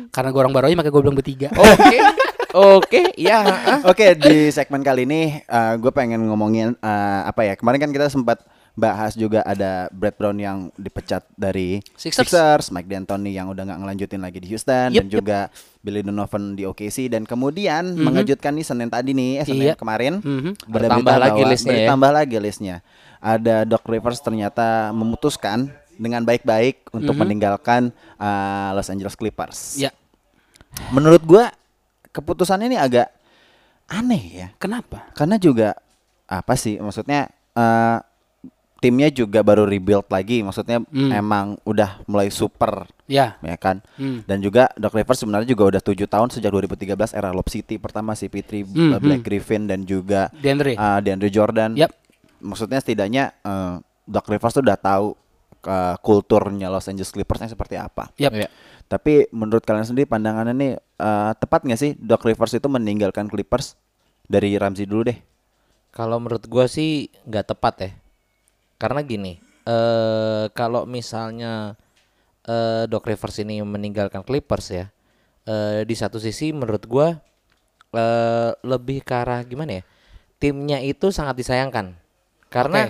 S1: Karena gue orang baru aja makanya gue bilang bertiga.
S3: Oke. Oke, ya.
S1: Iya,
S3: heeh.
S2: Oke di segmen kali ini gue pengen ngomongin eh, apa ya kemarin kan kita sempat bahas juga ada Brad Brown yang dipecat dari
S1: Sixers.
S2: Mike D'Antoni yang udah nggak ngelanjutin lagi di Houston
S1: Yep,
S2: dan
S1: yep.
S2: juga Billy Donovan di OKC dan kemudian mengejutkan nih Senin tadi nih eh, Senin
S1: Iya.
S2: kemarin ada
S1: Mhm.
S3: Bertambah
S2: berita
S3: lagi
S2: bahwa-
S3: listnya ya.
S2: bertambah lagi listnya ada Doc Rivers ternyata memutuskan dengan baik-baik untuk meninggalkan eh, Los Angeles Clippers.
S1: Mhm. Ya,
S2: Menurut gua keputusannya ini agak aneh ya.
S1: kenapa?
S2: Karena juga apa sih maksudnya eh, timnya juga baru rebuild lagi, maksudnya
S1: Hmm.
S2: emang udah mulai super
S1: Ya.
S2: ya kan.
S1: Hmm.
S2: Dan juga Doc Rivers sebenarnya juga udah tujuh tahun sejak 2013 era Lob City pertama si Pitri
S1: Hmm,
S2: Black
S1: hmm.
S2: Griffin dan juga
S1: Deandre.
S2: eh, DeAndre Jordan.
S1: Yap.
S2: Maksudnya setidaknya eh, Doc Rivers tuh udah tahu eh, kulturnya Los Angeles Clippersnya seperti apa.
S1: Yap.
S3: Iya.
S2: Tapi menurut kalian sendiri pandangannya nih eh, tepat nggak sih Doc Rivers itu meninggalkan Clippers dari Ramzi dulu deh.
S3: Kalau menurut gua sih nggak tepat ya. Karena gini, eh kalau misalnya eh, Doc Rivers ini meninggalkan Clippers ya. eh, di satu sisi menurut gua eh, lebih ke arah gimana ya? Timnya itu sangat disayangkan. Karena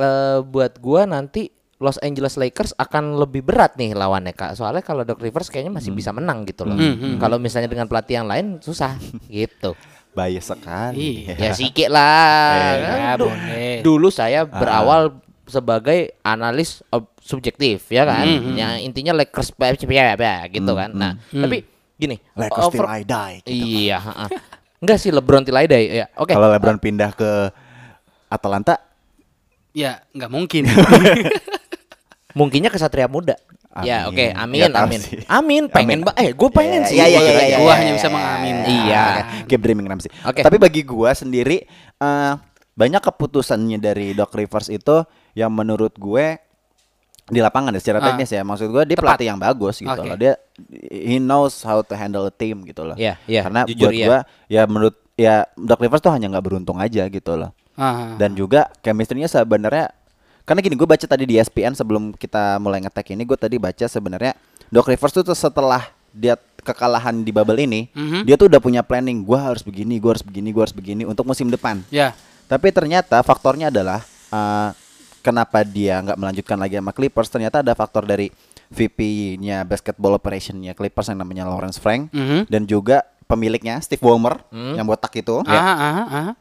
S3: eh, buat gua nanti Los Angeles Lakers akan lebih berat nih lawannya Kak. Soalnya kalau Doc Rivers kayaknya masih bisa menang gitu loh. Kalau misalnya dengan pelatih yang lain susah gitu.
S2: Bias sekali.
S1: Iya.
S3: Ya sikit lah.
S2: Eh,
S1: Ya,
S3: Ya, du-
S1: boleh.
S3: Dulu
S2: Ah.
S3: saya berawal sebagai analis ob- subjektif ya kan.
S2: Hmm,
S3: Yang intinya Lakers bla- bla- bla- bla gitu kan. Nah, tapi gini,
S2: Lakers till
S3: over-
S2: hmm. I die. gitu.
S3: Iya, ha-ha. Enggak sih LeBron till I die. Ya, oke.
S2: Kalau LeBron pindah ke Atalanta,
S1: Ya, nggak mungkin.
S3: Mungkinnya ke Satria Muda. Ya,
S2: Amin.
S3: oke. Amin,
S2: Nggak tahu
S3: amin.
S2: sih.
S3: Amin, pengen
S2: Amin.
S3: ba- eh gue pengen
S2: Iya,
S3: sih.
S2: iya, iya,
S3: Gua
S2: iya,
S3: kira-
S2: iya,
S1: Gua
S2: iya,
S1: hanya bisa
S2: iya,
S1: mengaminkan.
S2: Iya. Keep dreaming Ramsey.
S3: Ah. Oke.
S2: Tapi bagi gua sendiri eh, banyak keputusannya dari Doc Rivers itu yang menurut gue di lapangan ya secara
S1: Ah.
S2: teknis ya. Maksud gua dia
S1: Tepat.
S2: pelatih yang bagus gitu
S1: Oke.
S2: loh. Dia he knows how to handle a team gitu loh.
S3: Iya, iya.
S2: Karena
S3: Jujur,
S2: buat
S3: iya.
S2: gua ya menurut ya Doc Rivers tuh hanya nggak beruntung aja gitu loh.
S1: Ah.
S2: Dan juga chemistry-nya sebenarnya karena gini gue baca tadi di ESPN sebelum kita mulai ngetek ini gue tadi baca sebenarnya Doc Rivers tuh setelah dia kekalahan di bubble ini
S1: Mhm.
S2: dia tuh udah punya planning gue harus begini gue harus begini gue harus begini untuk musim depan
S1: ya.
S2: tapi ternyata faktornya adalah eh, kenapa dia nggak melanjutkan lagi sama Clippers ternyata ada faktor dari VP-nya basketball operation-nya Clippers yang namanya Lawrence Frank
S1: Mhm.
S2: dan juga pemiliknya Steve Ballmer yang botak itu
S1: Ah, ah, ah.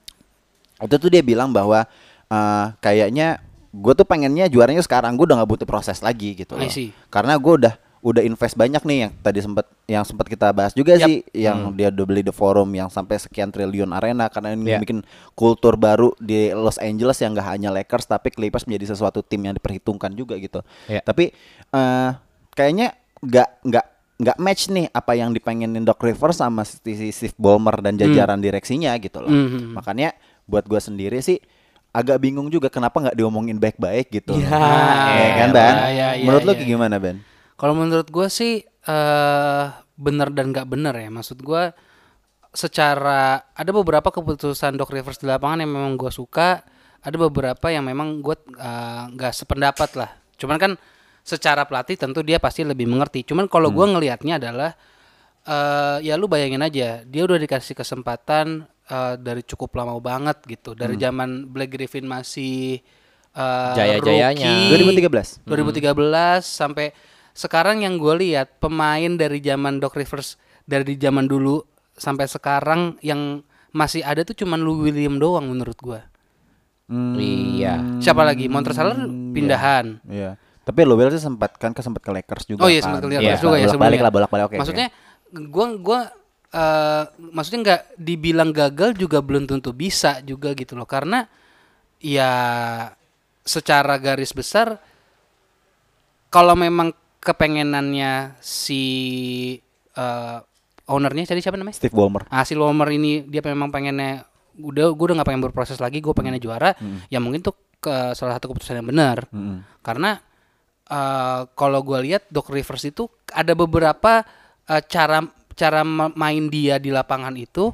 S2: itu tuh dia bilang bahwa eh, kayaknya gue tuh pengennya juaranya sekarang gue udah nggak butuh proses lagi gitu loh.
S1: I see.
S2: karena gue udah udah invest banyak nih yang tadi sempat yang sempat kita bahas juga
S1: Yap.
S2: sih
S3: Hmm.
S2: yang dia udah beli the forum yang sampai sekian triliun arena karena ini
S3: Yeah.
S2: bikin kultur baru di Los Angeles yang gak hanya Lakers tapi Clippers menjadi sesuatu tim yang diperhitungkan juga gitu
S3: Yeah.
S2: tapi eh, kayaknya nggak nggak nggak match nih apa yang dipengenin Doc Rivers sama si si Steve Ballmer
S1: Hmm.
S2: dan jajaran direksinya gitu loh
S1: Mhm.
S2: makanya buat gue sendiri sih agak bingung juga kenapa nggak diomongin baik-baik gitu
S1: Iya.
S3: Ya,
S2: ya
S1: elah,
S2: kan Ben
S1: ya, ya,
S2: menurut lo
S1: ya.
S2: gimana Ben
S1: Kalau menurut gue sih eh benar dan nggak benar ya. Maksud gue secara ada beberapa keputusan Doc Rivers di lapangan yang memang gue suka, ada beberapa yang memang gue eh, nggak sependapat lah. Cuman kan secara pelatih tentu dia pasti lebih mengerti. Cuman kalau gue ngelihatnya adalah eh ya lu bayangin aja dia udah dikasih kesempatan eh, dari cukup lama banget gitu dari zaman Black Griffin masih eh,
S3: Jaya-jayanya.
S1: rookie.
S2: 2013.
S1: 2013 sampai sekarang yang gue lihat pemain dari zaman Doc Rivers dari zaman dulu sampai sekarang yang masih ada tuh cuman Lou William doang menurut gua.
S2: Hmm,
S3: Iya.
S1: Siapa lagi? Montrezl pindahan.
S2: Iya. Tapi lo sih sempat kan kesempat ke Lakers juga.
S1: Oh iya
S2: kan?
S1: sempat
S3: Iya.
S1: kelihatan juga ya
S2: Bolak-balik
S1: sebelumnya.
S2: lah, bolak-balik, oke, oke.
S1: maksudnya gua gua eh, maksudnya nggak dibilang gagal juga belum tentu bisa juga gitu loh karena ya secara garis besar kalau memang kepengenannya si eh, ownernya tadi siapa namanya?
S2: Steve Ballmer.
S1: Ah, si Lomer ini dia memang pengennya udah gue udah nggak pengen berproses lagi, gue pengennya juara. Ya mungkin tuh ke salah satu keputusan yang benar. Karena eh, kalau gue lihat Doc Rivers itu ada beberapa eh, cara cara ma- main dia di lapangan itu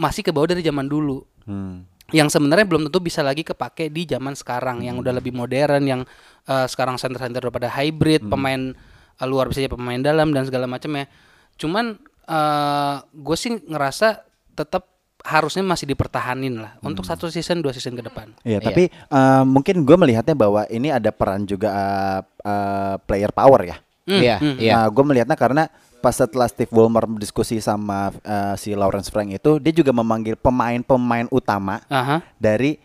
S1: masih ke bawah dari zaman dulu.
S2: Hmm.
S1: Yang sebenarnya belum tentu bisa lagi kepake di zaman sekarang yang udah lebih modern, yang eh, sekarang center-center udah pada hybrid, pemain eh, luar bisa jadi pemain dalam dan segala macamnya. Cuman gue sih ngerasa tetap harusnya masih dipertahanin lah untuk satu season dua season ke depan.
S2: Iya,
S3: Iya.
S2: tapi eh, mungkin gue melihatnya bahwa ini ada peran juga eh, eh, player power ya.
S1: Hmm,
S3: Iya, iya.
S2: gue melihatnya karena pas setelah Steve Ballmer diskusi sama eh, si Lawrence Frank itu, dia juga memanggil pemain-pemain utama
S1: Aha.
S2: dari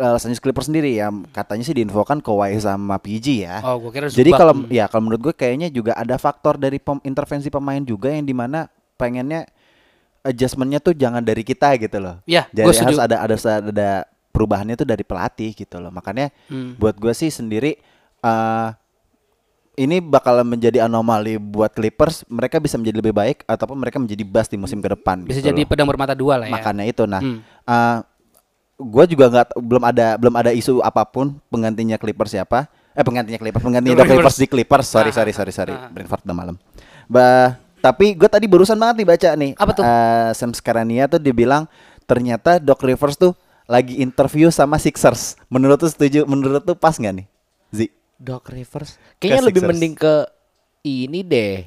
S2: eh, Los Angeles Clippers sendiri ya. Katanya sih diinfokan Kawhi sama PG ya.
S1: Oh, gue kira
S2: Jadi
S1: Zubac.
S2: kalau ya kalau menurut gue kayaknya juga ada faktor dari pem- intervensi pemain juga yang dimana pengennya adjustmentnya tuh jangan dari kita gitu loh.
S1: Iya,
S2: Jadi
S1: gua setuju.
S2: harus ada ada ada perubahannya tuh dari pelatih gitu loh. Makanya
S1: Hmm.
S2: buat gue sih sendiri eh ini bakalan menjadi anomali buat Clippers. Mereka bisa menjadi lebih baik ataupun mereka menjadi bust di musim ke depan.
S1: bisa
S2: gitu
S1: jadi
S2: loh.
S1: pedang bermata dua lah ya.
S2: Makanya itu. Nah,
S1: Hmm.
S2: gue juga nggak t- belum ada belum ada isu apapun penggantinya Clippers siapa. Eh penggantinya Clippers, penggantinya Doc
S1: Doc
S2: Rivers
S1: Rivers.
S2: di Clippers. Sorry,
S1: Ah,
S2: sorry, sorry, sorry.
S1: ah.
S2: Brain fart udah malam. Bah, tapi gue tadi barusan banget nih baca nih.
S1: Apa tuh?
S2: Eh, Sam Scarania tuh dibilang ternyata Doc Rivers tuh lagi interview sama Sixers. Menurut tuh setuju? Menurut tuh pas nggak nih? Zi.
S3: Doc Rivers. Kayaknya
S2: Ke
S3: lebih
S2: Sixers.
S3: mending ke ini deh.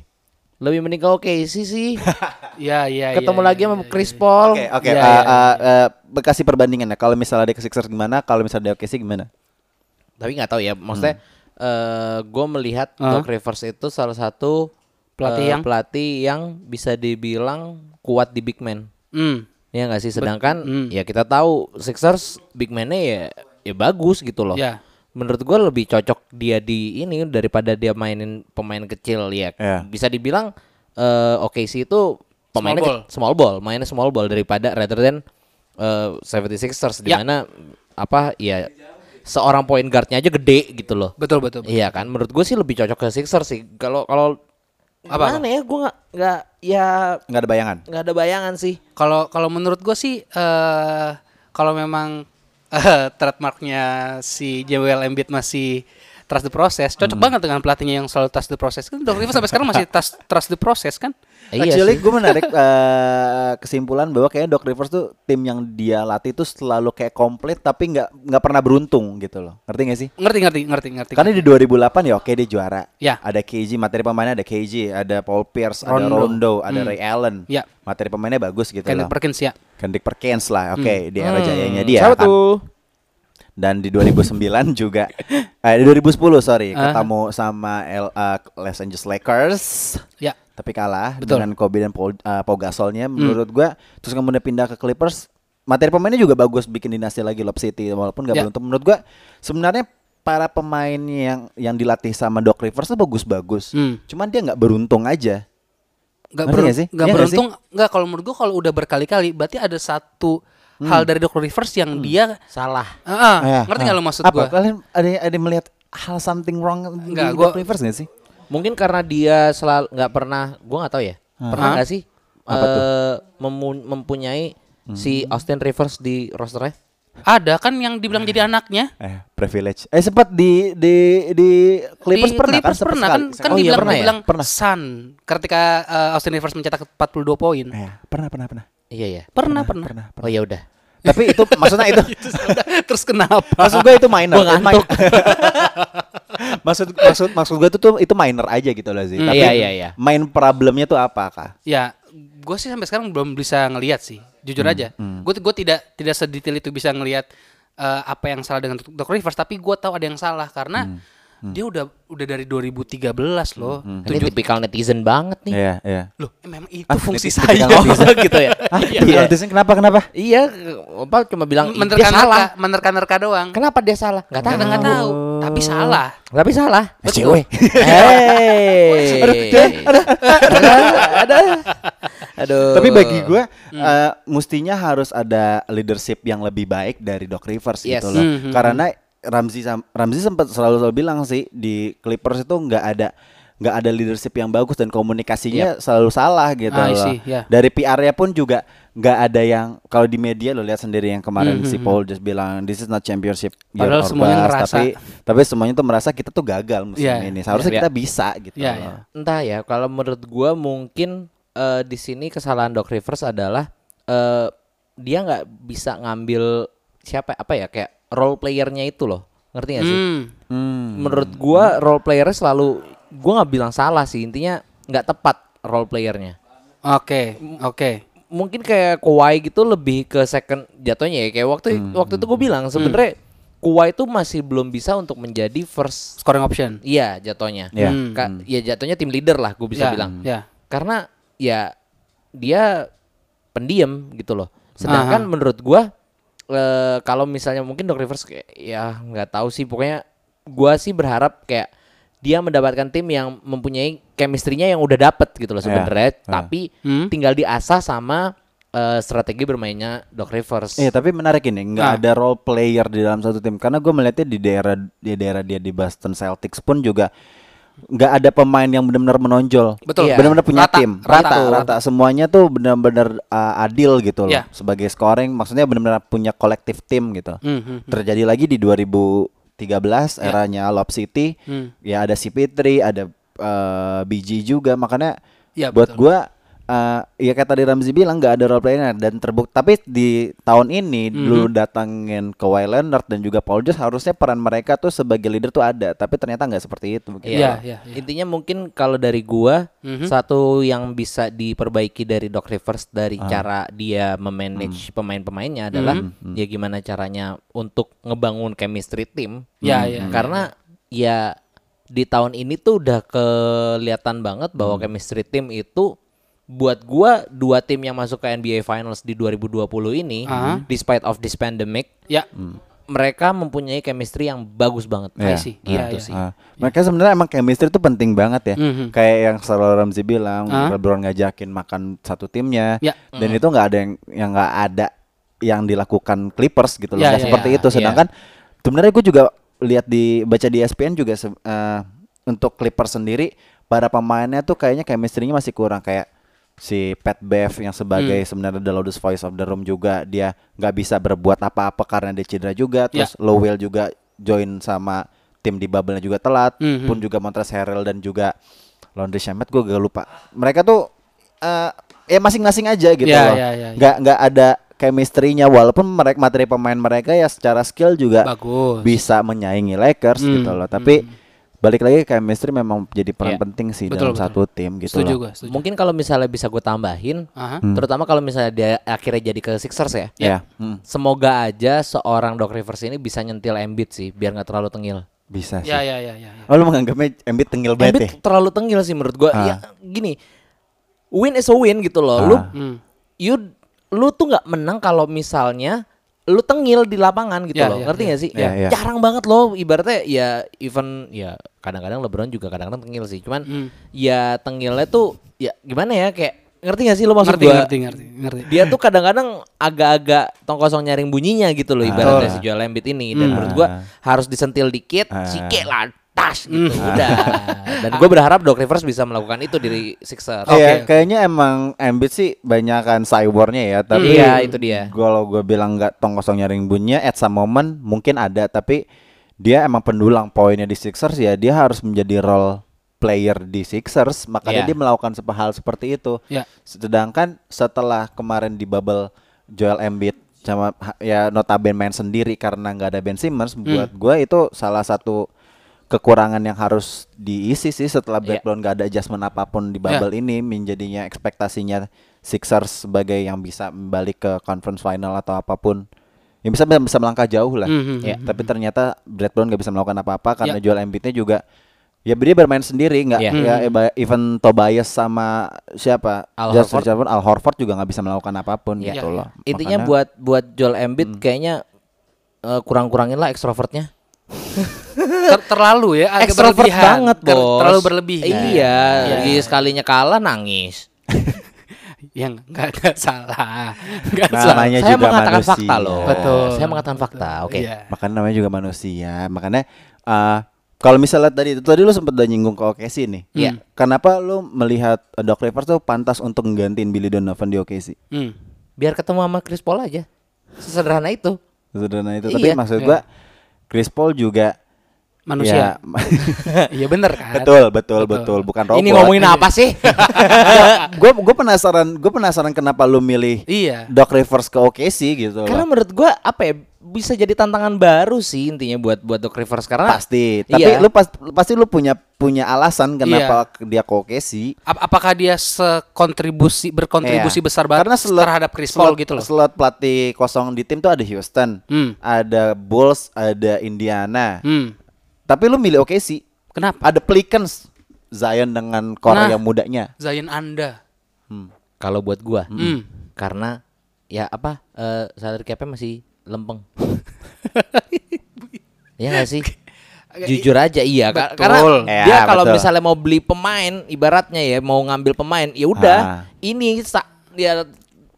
S3: Lebih mending ke OKC sih.
S1: Iya, iya, iya.
S3: Ketemu
S1: iya,
S3: lagi
S1: iya,
S3: sama
S1: iya,
S3: Chris
S1: iya.
S3: Paul.
S2: Oke, oke.
S1: Iya,
S2: eh,
S1: iya,
S2: eh, eh, Bekasi perbandingan ya. Kalau misalnya dia ke Sixers gimana, kalau misalnya dia OKC gimana?
S3: Tapi nggak tahu ya, maksudnya eh gue melihat
S1: Hah?
S3: Doc Rivers itu salah satu
S1: Pelatih
S3: eh,
S1: yang?
S3: pelatih yang bisa dibilang kuat di big man.
S1: Hmm.
S3: Ya nggak sih? Sedangkan
S1: mm.
S3: ya kita tahu Sixers big man-nya ya ya bagus gitu loh.
S1: Ya.
S3: Menurut gue lebih cocok dia di ini daripada dia mainin pemain kecil ya.
S2: Iya.
S3: Bisa dibilang eh OKC itu pemain
S1: Small ball.
S3: small ball, mainnya small ball daripada rather than eh, 76ers di
S1: Ya.
S3: mana apa ya seorang point guardnya aja gede gitu loh.
S1: Betul, betul. betul.
S3: Iya kan, menurut gue sih lebih cocok ke Sixers sih. Kalau kalau
S1: Apa,
S3: gimana ya, gue nggak nggak ya
S2: Nggak ada bayangan.
S3: nggak ada bayangan sih.
S1: Kalau kalau menurut gue sih eh kalau memang eh trademarknya si Joel Embiid masih trust the process, cocok
S2: Hmm.
S1: banget dengan pelatihnya yang selalu trust the process. Kan Doc Rivers sampai sekarang masih trust trust the process kan?
S3: Iya
S2: Actually
S3: sih.
S2: gue menarik eh, kesimpulan bahwa kayaknya Doc Rivers tuh tim yang dia latih tuh selalu kayak komplit tapi nggak nggak pernah beruntung gitu loh. Ngerti gak sih?
S1: Ngerti ngerti ngerti ngerti.
S2: Karena di 2008 ya oke dia juara.
S1: Ya.
S2: Ada KG, materi pemainnya ada KG, ada Paul Pierce, ada
S1: Rondo.
S2: Rondo, ada Ray Allen.
S1: Ya.
S2: Materi pemainnya bagus gitu
S1: Kendrick
S2: loh.
S1: Perkins ya.
S2: Kendrick Perkins lah, oke di era jayanya dia
S3: Siapa
S2: kan.
S3: tuh?
S2: Dan di 2009 juga, eh di 2010 sorry,
S1: Ah.
S2: ketemu sama L- eh, Los Angeles Lakers,
S1: Ya.
S2: tapi kalah
S1: Betul.
S2: dengan
S1: Hmm.
S2: Kobe dan Paul, eh, Pau Gasolnya. Menurut gua, terus kemudian pindah ke Clippers, materi pemainnya juga bagus, bikin dinasti lagi Lob City, walaupun gak
S1: Ya.
S2: beruntung. Menurut gua, sebenarnya para pemain yang yang dilatih sama Doc Rivers tuh bagus-bagus,
S1: Hmm.
S2: cuman dia nggak beruntung aja. Ngerti
S1: Gak, berun-
S2: nggak sih? Iya
S1: nggak
S2: nggak
S1: beruntung nggak kalau menurut gue kalau udah berkali-kali berarti ada satu
S2: Hmm.
S1: hal dari Doc Rivers yang dia
S3: Salah.
S1: Ah, ah,
S2: Ah,
S1: ngerti
S2: ah.
S1: nggak lo maksud
S2: Hmm. Apa?
S1: gue?
S2: Kalian ada ada yang melihat hal something wrong
S1: Nggak,
S2: di
S1: gua-
S2: Doc Rivers nggak sih?
S3: Mungkin karena dia selalu nggak pernah, gua nggak tahu ya. Pernah
S1: Hah?
S3: nggak sih
S2: Apa tuh? Hmm.
S3: eh, memu- mempunyai si Austin Rivers di rosternya?
S1: Ada kan yang dibilang jadi anaknya?
S2: Eh, privilege. Eh sempat di di di Clippers
S1: Di
S2: pernah kan?
S1: Clippers
S2: Sempat
S1: pernah kan,
S2: sekali.
S1: kan
S2: oh, iya,
S1: dibilang,
S2: pernah ya?
S1: dibilang
S2: Pernah.
S1: Sun ketika eh, Austin Rivers mencetak 42 poin.
S2: Eh, pernah pernah pernah.
S3: Iya ya.
S1: Pernah, pernah.
S2: Pernah.
S3: Oh ya udah.
S2: Tapi itu maksudnya itu
S1: Terus, udah, terus kenapa?
S2: maksud gue itu minor.
S3: Gua ngantuk.
S2: maksud maksud maksud gue itu tuh itu minor aja gitu loh sih.
S1: Hmm,
S2: Tapi
S3: iya, iya, iya.
S2: main problemnya tuh apa kah?
S1: Ya, gue sih sampai sekarang belum bisa ngelihat sih, jujur
S2: Hmm,
S1: aja. Gue gue tidak tidak sedetail itu bisa ngelihat eh, apa yang salah dengan Doc Rivers, tapi gue tahu ada yang salah karena
S2: Hmm,
S1: dia udah udah dari 2013 loh.
S2: Hmm,
S3: Ini
S1: Tujuh-
S3: tipikal netizen banget nih.
S2: Iya iya.
S1: Loh, eh, memang itu
S2: Ah,
S1: fungsi
S2: itu
S1: saya.
S2: tipikal
S3: Bisa gitu ya.
S2: Ah, iya. kenapa kenapa?
S3: Iya, apa cuma bilang "Ih, dia salah.
S1: Menerka-nerka, menerka-nerka doang.
S2: Kan
S3: Kenapa dia salah? Nggak tahu.
S1: Karena nggak tahu, tapi salah.
S3: Tapi salah.
S2: SJW.
S3: Hey.
S2: Eh, Aduh,
S3: ada, ada, Aduh.
S2: Tapi bagi gue
S1: Hmm.
S2: eh, mestinya harus ada leadership yang lebih baik dari Doc Rivers
S3: Yes.
S2: gitu loh.
S1: Mhm.
S2: Karena Ramzi sam- Ramzi sempat selalu selalu bilang sih di Clippers itu nggak ada nggak ada leadership yang bagus dan komunikasinya selalu salah gitu
S1: Ah, I
S2: loh.
S1: see, yeah.
S2: Dari PR-nya pun juga nggak ada yang kalau di media lo lihat sendiri yang kemarin si Paul just bilang this is not championship year
S1: Hmm, Padahal
S2: or
S1: semuanya
S2: bust,"
S1: ngerasa.
S2: tapi tapi semuanya tuh merasa kita tuh gagal musim
S1: Yeah.
S2: ini. Seharusnya
S3: Yeah.
S2: kita bisa gitu
S1: Yeah,
S2: loh.
S1: yeah.
S3: entah ya kalau menurut gua mungkin eh, di sini kesalahan Doc Rivers adalah eh, dia nggak bisa ngambil siapa apa ya kayak role playernya itu loh ngerti
S2: iya
S3: gak sih?
S1: Hmm.
S3: Menurut gua role playernya selalu gua nggak bilang salah sih intinya nggak tepat role playernya.
S1: Oke, oke.
S3: Mungkin kayak Kawhi gitu lebih ke second jatuhnya ya kayak waktu waktu itu gua bilang sebenarnya Kawhi itu masih belum bisa untuk menjadi first
S1: Scoring option.
S3: iya jatuhnya.
S2: Iya.
S3: Ka- ya jatuhnya tim leader lah gua bisa
S1: Ya,
S3: bilang
S1: Ya.
S3: karena ya dia pendiam gitu loh. Sedangkan menurut gua eh, kalau misalnya mungkin Doc Rivers kayak ya nggak tahu sih pokoknya gua sih berharap kayak dia mendapatkan tim yang mempunyai chemistry-nya yang udah dapet gitu loh
S2: Iya,
S3: sebenarnya,
S2: iya.
S3: tapi
S1: Hmm.
S3: tinggal diasah sama eh, strategi bermainnya Doc Rivers.
S2: Iya tapi menarik ini nggak
S1: Ah.
S2: ada role player di dalam satu tim karena gue melihatnya di daerah di daerah dia di Boston Celtics pun juga nggak ada pemain yang benar-benar menonjol
S1: Betul.
S3: Iya.
S2: benar-benar punya
S1: Rata,
S2: tim rata
S1: rata,
S2: rata semuanya tuh benar-benar uh, adil gitu loh
S1: Iya.
S2: sebagai scoring maksudnya benar-benar punya kolektif tim gitu
S1: Hmm, hmm,
S2: terjadi lagi di 2013 eranya Lob City
S1: Ya. Hmm.
S2: ya ada CP3 ada eh, BG juga makanya
S1: Ya,
S2: buat
S1: betul.
S2: gua eh, eh, ya kayak tadi Ramzi bilang nggak ada role playernya dan terbukti tapi di tahun
S1: Hmm.
S2: ini dulu datangin ke Leonard dan juga Paul George harusnya peran mereka tuh sebagai leader tuh ada tapi ternyata nggak seperti itu mungkin.
S1: Iya,
S3: Iya,
S1: iya, iya. Mhm.
S3: Intinya mungkin kalau dari gua satu yang bisa diperbaiki dari Doc Rivers dari cara dia memanage pemain-pemainnya adalah
S1: Mhm.
S3: ya gimana caranya untuk ngebangun chemistry tim.
S1: Ya, ya, ya,
S3: Karena ya di tahun ini tuh udah kelihatan banget bahwa chemistry tim itu buat gua dua tim yang masuk ke NBA Finals di 2020 ini
S1: Ah.
S3: despite of this pandemic
S1: Ya,
S2: Hmm.
S3: mereka mempunyai chemistry yang bagus banget.
S2: Ya.
S1: I see. Iya,
S3: Gitu
S1: iya.
S3: sih.
S2: Ah, mereka sebenarnya emang chemistry itu penting banget ya.
S1: Mhm.
S2: Kayak yang selalu Ramzi bilang,
S1: Ah.
S2: LeBron ngajakin makan satu timnya,
S1: Ya.
S2: dan itu nggak ada yang yang nggak ada yang dilakukan Clippers gitu loh.
S1: Ya,
S2: Nggak
S1: ya,
S2: seperti
S3: ya,
S2: itu.
S3: ya.
S2: Sedangkan sebenarnya gue juga lihat di baca di E ESPN juga se- eh, untuk Clippers sendiri para pemainnya tuh kayaknya chemistry-nya masih kurang kayak si Pat Bev yang sebagai
S1: Hmm.
S2: sebenarnya the loudest voice of the room juga dia nggak bisa berbuat apa-apa karena dia cedera juga
S1: Ya.
S2: terus Lowell juga join sama tim di bubble juga telat
S1: Mhm.
S2: pun juga Montrezl Harrell dan juga Laundry Shamet gue gak lupa mereka tuh eh ya masing-masing aja gitu
S1: Ya,
S2: loh
S1: ya, ya, ya.
S2: nggak nggak ada chemistry-nya walaupun mereka materi pemain mereka ya secara skill juga
S1: bagus.
S2: bisa menyaingi Lakers
S1: Hmm,
S2: gitu loh tapi balik lagi chemistry memang jadi peran
S3: Iya.
S2: penting sih
S1: Betul,
S2: dalam
S1: betul.
S2: satu tim gitu
S1: setuju
S2: loh
S1: gue, setuju.
S3: Mungkin kalau misalnya bisa gue tambahin,
S1: Aha.
S2: Hmm.
S3: terutama kalau misalnya dia akhirnya jadi ke Sixers ya.
S2: ya Hmm,
S3: Semoga aja seorang Doc Rivers ini bisa nyentil Embiid sih, biar nggak terlalu tengil.
S2: bisa sih
S1: Ya, ya, ya, ya. ya.
S2: Oh lu menganggapnya Embiid tengil banget ya?
S3: Embiid terlalu tengil sih menurut gua.
S2: Ah.
S3: Ya gini, win is a win gitu loh. Lu,
S1: Hmm.
S3: you, lu tuh nggak menang kalau misalnya lu tengil di lapangan gitu
S1: Ya,
S3: loh.
S1: ya,
S3: Ngerti
S1: ya.
S3: nggak sih?
S2: Ya, ya.
S3: Jarang banget loh. Ibaratnya ya even ya kadang-kadang LeBron juga kadang-kadang tengil sih. Cuman
S1: Hmm.
S3: ya tengilnya tuh ya gimana ya kayak ngerti nggak sih lo maksud
S1: Ngerti,
S3: gua?
S1: ngerti, ngerti, ngerti.
S3: dia tuh kadang-kadang agak-agak tong kosong nyaring bunyinya gitu loh ibaratnya si Joel Embiid ini dan menurut gua harus disentil dikit sike lantas gitu udah dan gua berharap Doc Rivers bisa melakukan itu dari Sixers
S1: Oke,
S2: Iya,
S1: oke.
S2: kayaknya emang Embiid sih banyakan cyborgnya ya, tapi
S3: Iya, itu dia.
S2: Kalau gue bilang nggak tong kosong nyaring bunyinya at some moment mungkin ada, tapi dia emang pendulang poinnya di Sixers ya, dia harus menjadi role player di Sixers, makanya
S3: Iya.
S2: dia melakukan sepe- hal seperti itu.
S1: Ya.
S2: Sedangkan setelah kemarin di bubble Joel Embiid sama ha- ya notabene main sendiri karena nggak ada Ben Simmons buat gue itu salah satu kekurangan yang harus diisi sih setelah
S3: Iya.
S2: background nggak ada adjustment apapun di bubble ini menjadinya ekspektasinya Sixers sebagai yang bisa balik ke conference final atau apapun yang bisa bisa melangkah jauh lah.
S1: Mhm.
S2: Ya, Tapi ternyata Brad Brown nggak bisa melakukan apa-apa karena Joel Embiidnya juga ya dia bermain sendiri nggak
S3: Iya.
S2: ya eba- even Tobias sama siapa
S3: Al
S2: Josh
S3: Horford.
S2: Richardson pun, Al Horford juga nggak bisa melakukan apapun
S3: Iya.
S2: gitu loh.
S3: intinya
S2: Makanya-
S3: buat buat Joel Embiid kayaknya eh, kurang-kurangin lah ekstrovertnya
S1: Ter- terlalu ya, agak
S3: ekstrovert
S1: berlebihan.
S3: banget
S1: Ter-
S3: bos
S1: terlalu berlebih.
S3: iya
S1: Iya.
S3: jadi sekalinya kalah nangis
S1: yang Ya, nggak nggak salah, nggak
S3: Nah,
S1: salah.
S2: Namanya
S3: saya
S2: juga
S3: mengatakan
S2: manusia.
S3: fakta loh
S1: Betul.
S3: saya mengatakan fakta oke
S1: Iya.
S2: Makanya namanya juga manusia. Makanya eh, kalau misalnya tadi itu tadi lu sempat udah nyinggung ke OKC nih. Hmm.
S3: Iya.
S2: Kenapa lu melihat eh, Doc Rivers tuh pantas untuk menggantiin Billy Donovan di OKC?
S1: Hmm.
S3: biar ketemu sama Chris Paul aja sesederhana itu
S2: Sederhana itu. Tapi
S3: Iya.
S2: maksud gua Chris Paul juga
S1: Manusia.
S2: ya,
S1: Iya bener kan?
S2: betul, betul, betul, bukan robot.
S3: ini ngomongin apa sih
S2: gue gue penasaran, gue penasaran kenapa lu milih
S1: Iya.
S2: Doc Rivers ke OKC gitu
S3: karena
S2: loh.
S3: menurut gua apa ya bisa jadi tantangan baru sih intinya buat buat Doc Rivers karena
S2: Pasti. Tapi
S3: Iya.
S2: lu pas- pasti lu punya punya alasan kenapa
S1: Iya.
S2: dia ke OKC.
S1: Ap- apakah dia sekontribusi berkontribusi
S2: Iya.
S1: besar banget
S2: Karena slot-
S1: terhadap Chris
S2: slot-
S1: Paul gitu loh?
S2: Slot pelatih kosong di tim tuh ada Houston,
S1: Hmm.
S2: ada Bulls, ada Indiana.
S1: Hmm.
S2: Tapi lu milih OKC.
S1: Kenapa?
S2: Ada Pelicans, Zion dengan Korea
S1: Nah.
S2: yang mudanya. Hmm.
S1: Zion Anda.
S3: kalau buat gua
S1: Hmm.
S3: karena ya apa eh salary capnya masih lempeng ya gak sih jujur aja iya ka-
S1: Betul.
S3: karena
S2: Ya,
S3: dia kalau
S2: betul.
S3: misalnya mau beli pemain ibaratnya ya mau ngambil pemain ya udah
S2: Ah.
S3: ini sa- dia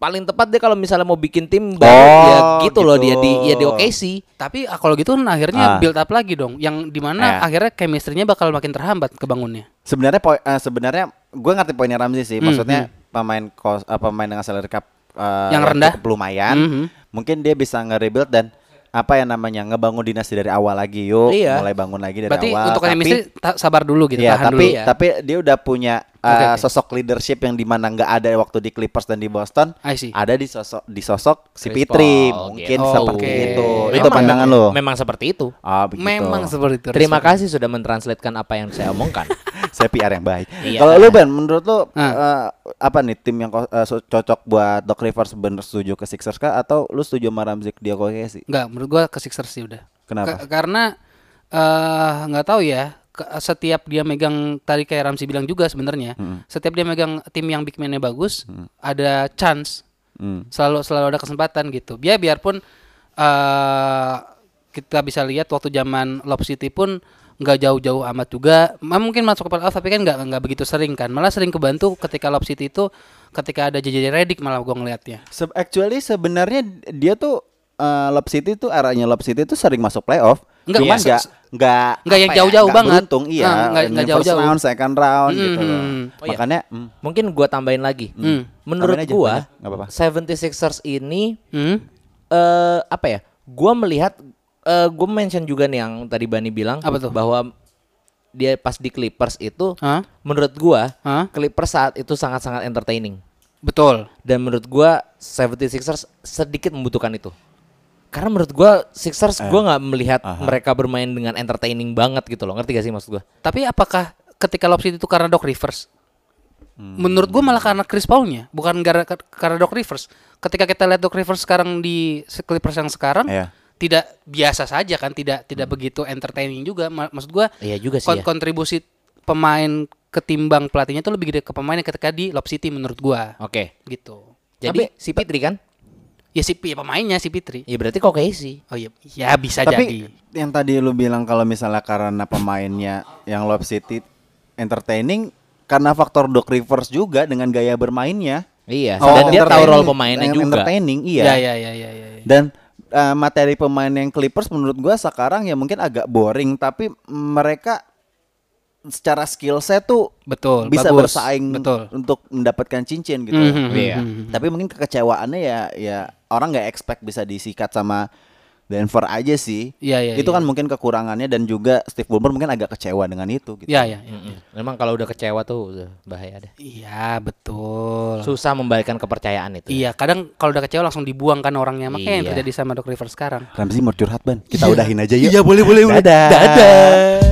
S3: paling tepat dia kalau misalnya mau bikin tim baru
S2: Oh,
S3: ya gitu, loh dia di ya di
S2: gitu.
S3: OKC
S1: Tapi ah, kalau gitu kan akhirnya
S2: Ah.
S1: build up lagi dong, yang dimana
S2: Eh.
S1: akhirnya chemistry-nya bakal makin terhambat kebangunnya.
S2: Sebenarnya poi- eh, sebenarnya gue ngerti poinnya Ramzi sih. Maksudnya pemain kos, eh, pemain dengan salary cap eh,
S1: Hmm, Yang rendah.
S2: cukup lumayan,
S1: Mhm.
S2: mungkin dia bisa nge-rebuild dan apa yang namanya ngebangun dinasti dari awal lagi yuk,
S3: Iya.
S2: mulai bangun lagi dari
S1: Berarti
S2: awal.
S1: untuk
S2: tapi-
S1: chemistry ta- sabar dulu gitu,
S2: Iya,
S1: tahan
S2: tapi
S1: dulu.
S3: ya.
S2: tapi dia udah punya uh,
S1: Oke, oke.
S2: sosok leadership yang dimana nggak ada waktu di Clippers dan di Boston,
S1: I see.
S2: ada di sosok di sosok si
S3: Chris
S2: Pitri
S3: Paul,
S2: mungkin
S1: gitu.
S2: seperti
S1: Oke.
S2: itu.
S1: Memang ya.
S2: itu pandangan lo.
S3: Oh, Memang seperti itu.
S2: Ah, begitu.
S1: Memang seperti itu.
S3: Terima kasih sudah mentranslatekan apa yang saya omongkan.
S2: saya PR yang baik.
S3: Iya.
S2: Kalau lu Ben, menurut lu
S1: Ah.
S2: eh, apa nih tim yang ko- eh, so- cocok buat Doc Rivers bener setuju ke Sixers kah atau lu setuju sama Ramzi Diakoke sih?
S1: Enggak, menurut gua ke Sixers sih udah.
S2: Kenapa?
S1: Ka- karena eh, nggak tahu ya, ke- setiap dia megang tadi kayak Ramsey bilang juga sebenarnya,
S2: Hmm.
S1: setiap dia megang tim yang big man-nya bagus, ada chance,
S2: Hmm.
S1: selalu selalu ada kesempatan gitu. Dia biarpun eh kita bisa lihat waktu zaman Lob City pun nggak jauh-jauh amat juga, Ma- mungkin masuk ke playoff tapi kan nggak nggak begitu sering kan, malah sering kebantu ketika Lob City itu ketika ada JJ Redick malah gua ngelihatnya.
S2: Se actually sebenarnya dia tuh eh, Lob City tuh arahnya Lob City tuh sering masuk playoff.
S1: Enggak,
S2: Cuman
S1: iya.
S2: enggak enggak
S1: Nggak yang
S3: Apa ya?
S1: jauh-jauh
S2: enggak
S1: banget.
S2: beruntung, iya.
S1: Ah, nggak-
S2: in
S1: nggak
S2: first
S1: jauh-jauh.
S2: round, second round gitu loh.
S1: Mm.
S3: Oh, iya.
S2: Makanya mm,
S3: Mungkin gua tambahin lagi. Menurut
S2: Tambahin aja,
S3: gua,
S2: banyak. Nggak apa-apa.
S3: 76ers ini
S1: Hmm?
S3: eh apa ya? Gua melihat eh gua mention juga nih yang tadi Bani bilang
S1: Apa tuh?
S3: bahwa dia pas di Clippers itu
S1: Hah?
S3: menurut gua
S1: Hah?
S3: Clippers saat itu sangat-sangat entertaining
S1: Betul.
S3: dan menurut gua 76ers sedikit membutuhkan itu. Karena menurut gua Sixers gua nggak melihat mereka bermain dengan entertaining banget gitu loh. Ngerti gak sih maksud gua?
S1: Tapi apakah ketika Lob City itu karena Doc Rivers?
S3: Hmm.
S1: Menurut gue malah karena Chris Paulnya, bukan gara karena Doc Rivers. Ketika kita lihat Doc Rivers sekarang di se- Clippers yang sekarang,
S2: Iya.
S1: tidak biasa saja kan, tidak tidak begitu entertaining juga. Ma- Maksud gue,
S3: Hmm. Iya juga sih
S1: kon-
S3: ya.
S1: kontribusi pemain ketimbang pelatihnya itu lebih gede ke pemainnya ketika di Lob City menurut gue,
S3: Oke.
S1: gitu.
S3: Jadi si Pitri kan?
S1: Ya si P- pemainnya si Pitri.
S3: Ya berarti kok kayak sih.
S1: Oh iya, ya bisa jadi.
S2: Tapi yang tadi lu bilang kalau misalnya karena pemainnya yang Lob City entertaining karena faktor Doc Rivers juga dengan gaya bermainnya.
S3: Iya.
S2: Oh,
S3: dan dia tahu
S2: entertaining-
S3: role pemainnya
S2: yang
S3: juga.
S2: Entertaining, iya.
S1: Ya ya ya ya ya. ya.
S2: Dan eh, materi pemain yang Clippers menurut gua sekarang ya mungkin agak boring tapi mereka secara skill set tuh
S1: Betul.
S2: bisa
S1: bagus.
S2: bersaing
S1: Betul.
S2: untuk mendapatkan cincin gitu.
S1: Mhm,
S3: Iya.
S1: mhm.
S2: Tapi mungkin kekecewaannya ya ya orang nggak expect bisa disikat sama Denver aja sih.
S1: Iya, iya,
S2: itu
S1: iya.
S2: kan mungkin kekurangannya dan juga Steve Ballmer mungkin agak kecewa dengan itu gitu.
S1: Ya ya. ya.
S3: Mm-mm. Memang kalau udah kecewa tuh udah bahaya deh.
S1: Iya betul.
S3: Susah membalikkan kepercayaan itu.
S1: Iya kadang kalau udah kecewa langsung dibuang kan orangnya makanya yang
S3: Iya.
S1: terjadi sama Doc Rivers sekarang.
S2: Iya. Ramzi mau curhat ban, kita udahin aja yuk.
S1: boleh boleh
S2: Dadah.
S1: Dadah.